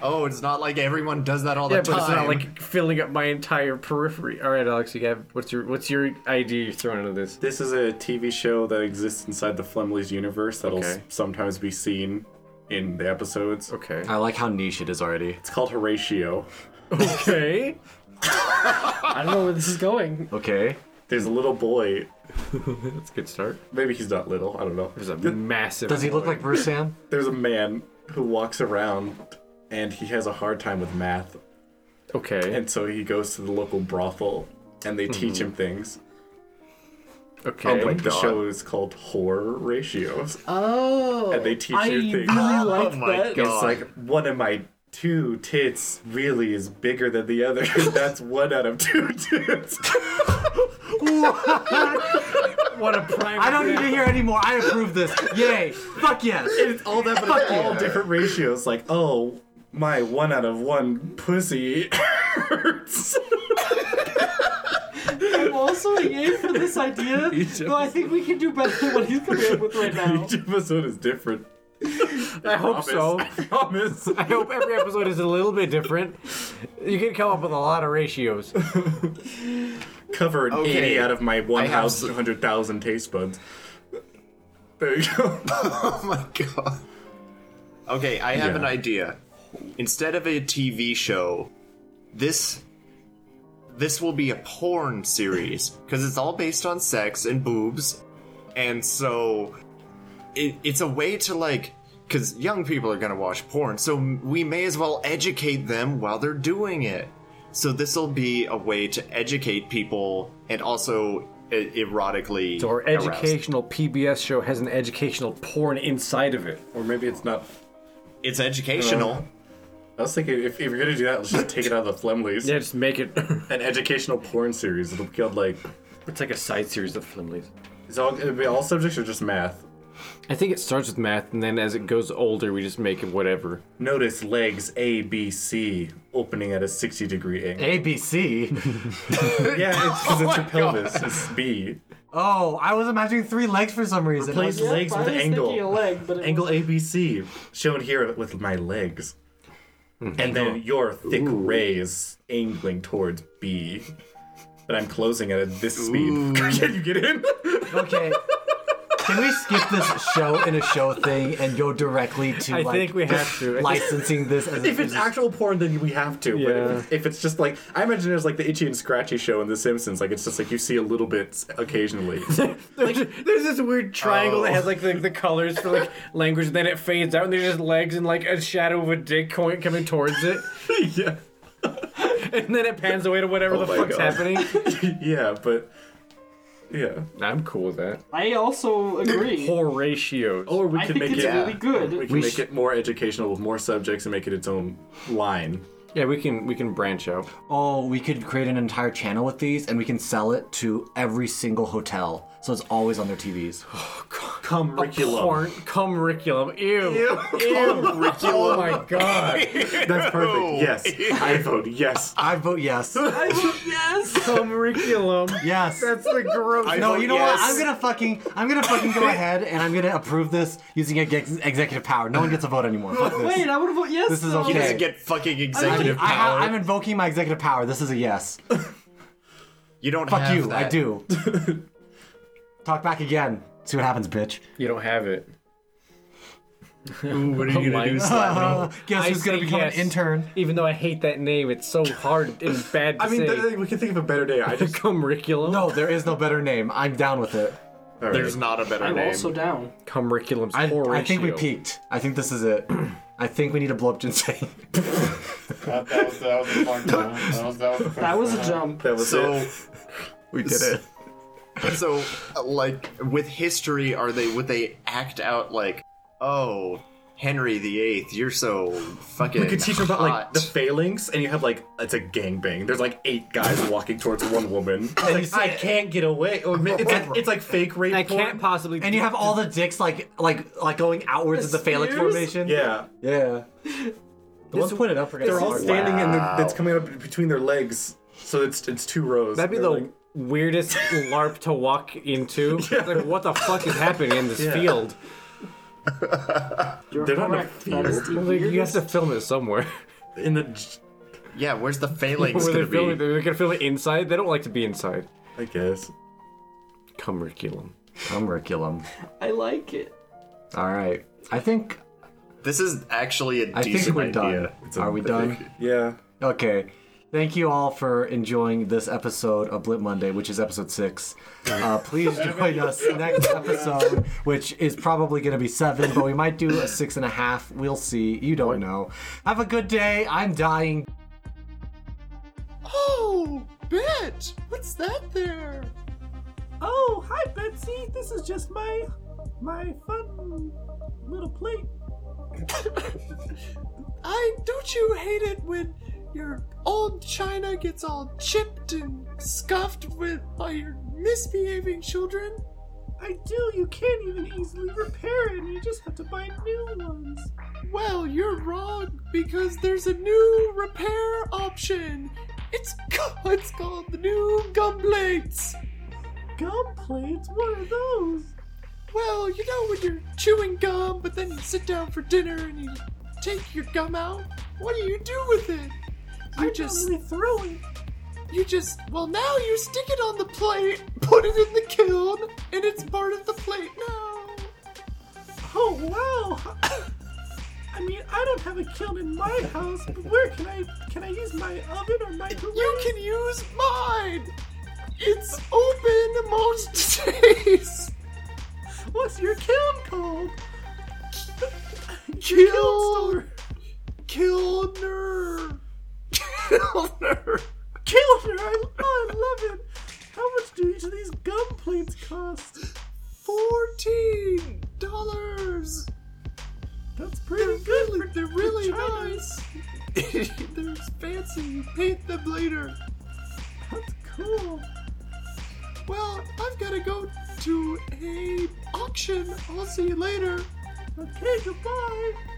S5: Oh, it's not like everyone does that all
S7: Yeah,
S5: the
S7: but
S5: time.
S7: it's not like filling up my entire periphery. All right, Alex, you have what's your what's your idea you're throwing into this?
S6: This is a TV show that exists inside the Flemleys universe that'll s-
S7: Okay.
S6: sometimes be seen in the episodes.
S7: Okay.
S1: I like how niche it is already.
S6: It's called Horatio.
S7: Okay.
S4: I don't know where this is going.
S1: Okay.
S6: There's a little boy.
S7: That's a good start.
S6: Maybe he's not little. I don't know.
S7: There's a massive.
S1: Does he look like Bruce Sam?
S6: There's a man who walks around and he has a hard time with math,
S7: Okay.
S6: and so he goes to the local brothel and they teach him things.
S7: Okay.
S6: like the show is called Horror Ratios,
S4: Oh.
S6: and they teach
S4: I
S6: you
S4: really
S6: things. Oh
S4: like
S5: my
S4: that.
S5: God.
S6: It's like one of my two tits really is bigger than the other. That's one out of two tits.
S7: what a prime.
S1: I don't need to hear any more. I approve this. Yay! Fuck yes.
S6: it's all that, but it's all different ratios. Like, oh, my one out of one pussy hurts.
S4: I'm also a yay for this idea, though I think we can do better than what he's coming up with right now.
S6: Each episode is different.
S7: I hope so.
S6: I promise.
S7: I hope every episode is a little bit different. You can come up with a lot of ratios.
S6: Cover an
S5: Okay.
S6: 80 out of my
S5: I have s-
S6: 100,000 taste buds. There you go.
S5: oh my god. Okay, I have
S6: Yeah.
S5: an idea. Instead of a TV show, this this will be a porn series because it's all based on sex and boobs, and so it, it's a way to like because young people are gonna watch porn, so we may as well educate them while they're doing it. So this will be a way to educate people and also e- erotically
S7: So our
S5: arouse
S7: educational PBS show has an educational porn inside of it.
S6: Or maybe it's not.
S5: It's educational.
S6: I was thinking if, if you're gonna do that, let's just take it out of the Flemleys.
S7: Yeah, just make it.
S6: An educational porn series. It'll be called like.
S7: it's like a side series of Flimleys.
S6: Is all, it'll be all subjects or just math?
S7: I think it starts with math, and then as it goes older, we just make it whatever.
S6: Notice legs A, B, C opening at a 60 degree angle.
S1: ABC.
S6: Yeah, it's because it's your pelvis. It's B.
S1: Oh, I was imagining three legs for some reason.
S6: Place legs with
S4: thinking a
S6: angle.
S4: leg, but it
S6: Angle ABC shown here with my legs. And then your thick rays angling towards B. But I'm closing it at this speed. Can you get in?
S1: Okay. Can we skip this show in a show thing and go directly to
S7: I
S1: like
S7: think we have to. I think-
S1: licensing this as
S6: If it's
S1: as-
S6: actual porn, then we have to. But if, if it's just like, I imagine there's like the Itchy and Scratchy show in The Simpsons. Like, it's just like you see a little bit occasionally.
S7: There's this weird triangle that has like the, the colors for like language, and then it fades out, and there's just legs and like a shadow of a dick going, coming towards it,
S6: yeah.
S7: and then it pans away to whatever the
S6: my
S7: fuck's
S6: God.
S7: happening.
S6: yeah, but. Yeah.
S7: I'm cool with that. Oh,
S8: I also agree.
S7: Horatios.
S6: Or we
S8: I
S6: can
S8: think
S6: make
S8: it's
S6: it.
S8: really good.
S6: We can make it more educational with more subjects and make it its own line.
S7: yeah, we can we can branch out.
S1: Oh, we could create an entire channel with these and we can sell it to every single hotel. So it's always on their TVs.
S6: Cumriculum.
S7: Porn cumriculum. Ew. Ew. Oh my god.
S6: That's perfect. Yes. I vote yes.
S1: I vote yes.
S7: cumriculum.
S1: Yes.
S7: That's the gross.
S1: no, you know
S5: yes.
S1: what? I'm gonna fucking I'm gonna fucking go ahead and I'm gonna approve this using ex- executive power. No one gets a vote anymore. Fuck this.
S8: Wait, I would have voted yes.
S1: This is
S8: though.
S1: okay.
S5: He doesn't get fucking
S1: I'm,
S5: executive
S1: I ha-
S5: power.
S1: I'm invoking my executive power. This is a yes.
S5: you don't
S1: Fuck
S5: have
S1: you.
S5: that.
S1: I do. Talk back again. See what happens, bitch.
S7: You don't have it.
S5: Ooh, what are you
S7: Oh my
S5: gonna do? Slap me?
S1: Guess
S7: I
S1: who's gonna
S7: say
S1: become
S7: yes.
S1: an intern?
S7: Even though I hate that name, it's so hard and bad to
S6: I mean,
S7: say.
S6: th- th- we can think of a better day. I just.
S7: Cumriculum.
S1: No, there is no better name. I'm down with it.
S5: There's not a better
S8: I'm
S5: name.
S8: also down.
S7: Cumriculum's
S1: I,
S7: Horatio.
S1: I think we peaked. I think this is it. I think we need to blow up ginseng.
S2: That, that was that was a fun time. That was that was. a fun
S8: That was a
S2: time.
S8: jump.
S6: That was
S5: so
S6: it.
S1: we did
S5: it. so uh, like with history are they would they act out like oh henry VIII, you're so fucking
S6: You could teach them about like
S5: hot."
S6: the phalanx, and you have like it's a gangbang. There's like eight guys walking towards one woman. Like, I can't get away. Or ma- it's like, it's like fake rape.
S7: I
S6: porn.
S7: can't possibly.
S1: And you have all the dicks like like like going outwards in the phalanx
S8: Spears?
S1: formation.
S6: Yeah,
S1: Yeah. The ones put it up are
S6: they're all
S1: gonna
S6: standing, and the- that's coming up between their legs. So it's it's two rows.
S7: That'd be
S6: They're
S7: the
S6: like-
S7: weirdest LARP to walk into. It's Like, what the fuck is happening in this
S6: Yeah.
S7: field?
S8: You're
S6: They're not in a
S8: correct. That is the
S7: Like, you have
S8: weirdest-
S7: to film it somewhere.
S6: in the. j-
S5: yeah where's the phalanx
S7: Where
S5: gonna
S7: they're, filming,
S5: be
S7: they're gonna film it inside. They don't like to be inside.
S6: I guess.
S7: Cumriculum.
S1: Cumriculum.
S8: I like it.
S1: All right. I think
S5: this is actually a
S1: I
S5: decent
S1: think we're
S5: idea
S1: done. Are we done?
S6: Yeah.
S1: Okay. Thank you all for enjoying this episode of Blip Monday, which is episode six. Uh, please join us next episode, which is probably going to be seven, but we might do a six and a half. We'll see. You don't know. Have a good day. I'm dying.
S5: oh bitch what's that there
S3: Oh, hi, Betsy. This is just my my fun little plate.
S5: i don't you hate it when your old china gets all chipped and scuffed with by your misbehaving children
S3: I do. You can't even easily repair it. You just have to buy new ones.
S5: Well, you're wrong because there's a new repair option. It's ca- it's called the new gum blades.
S3: Gum plates. What are those?
S5: Well, you know when you're chewing gum, but then you sit down for dinner and you take your gum out. What do you do with it? You just
S3: They throw it.
S5: you just well now you stick it on the plate, put it in the kiln, and it's part of the plate now.
S3: Oh wow. I mean, I don't have a kiln in my house, but where can I can I use my oven or microwave?
S5: You can use mine. It's open most days.
S3: What's your kiln called?
S5: Kill, Kilner. Kilner.
S3: Kilner. I, oh, I love it. How much do each of these gum plates cost?
S5: Fourteen dollars.
S3: That's
S5: They're
S3: pretty good.
S5: really, they're really
S3: China.
S5: nice. they're fancy. You paint them later.
S3: That's cool.
S5: Well, I've got to go to a auction. I'll see you later.
S3: Okay, goodbye.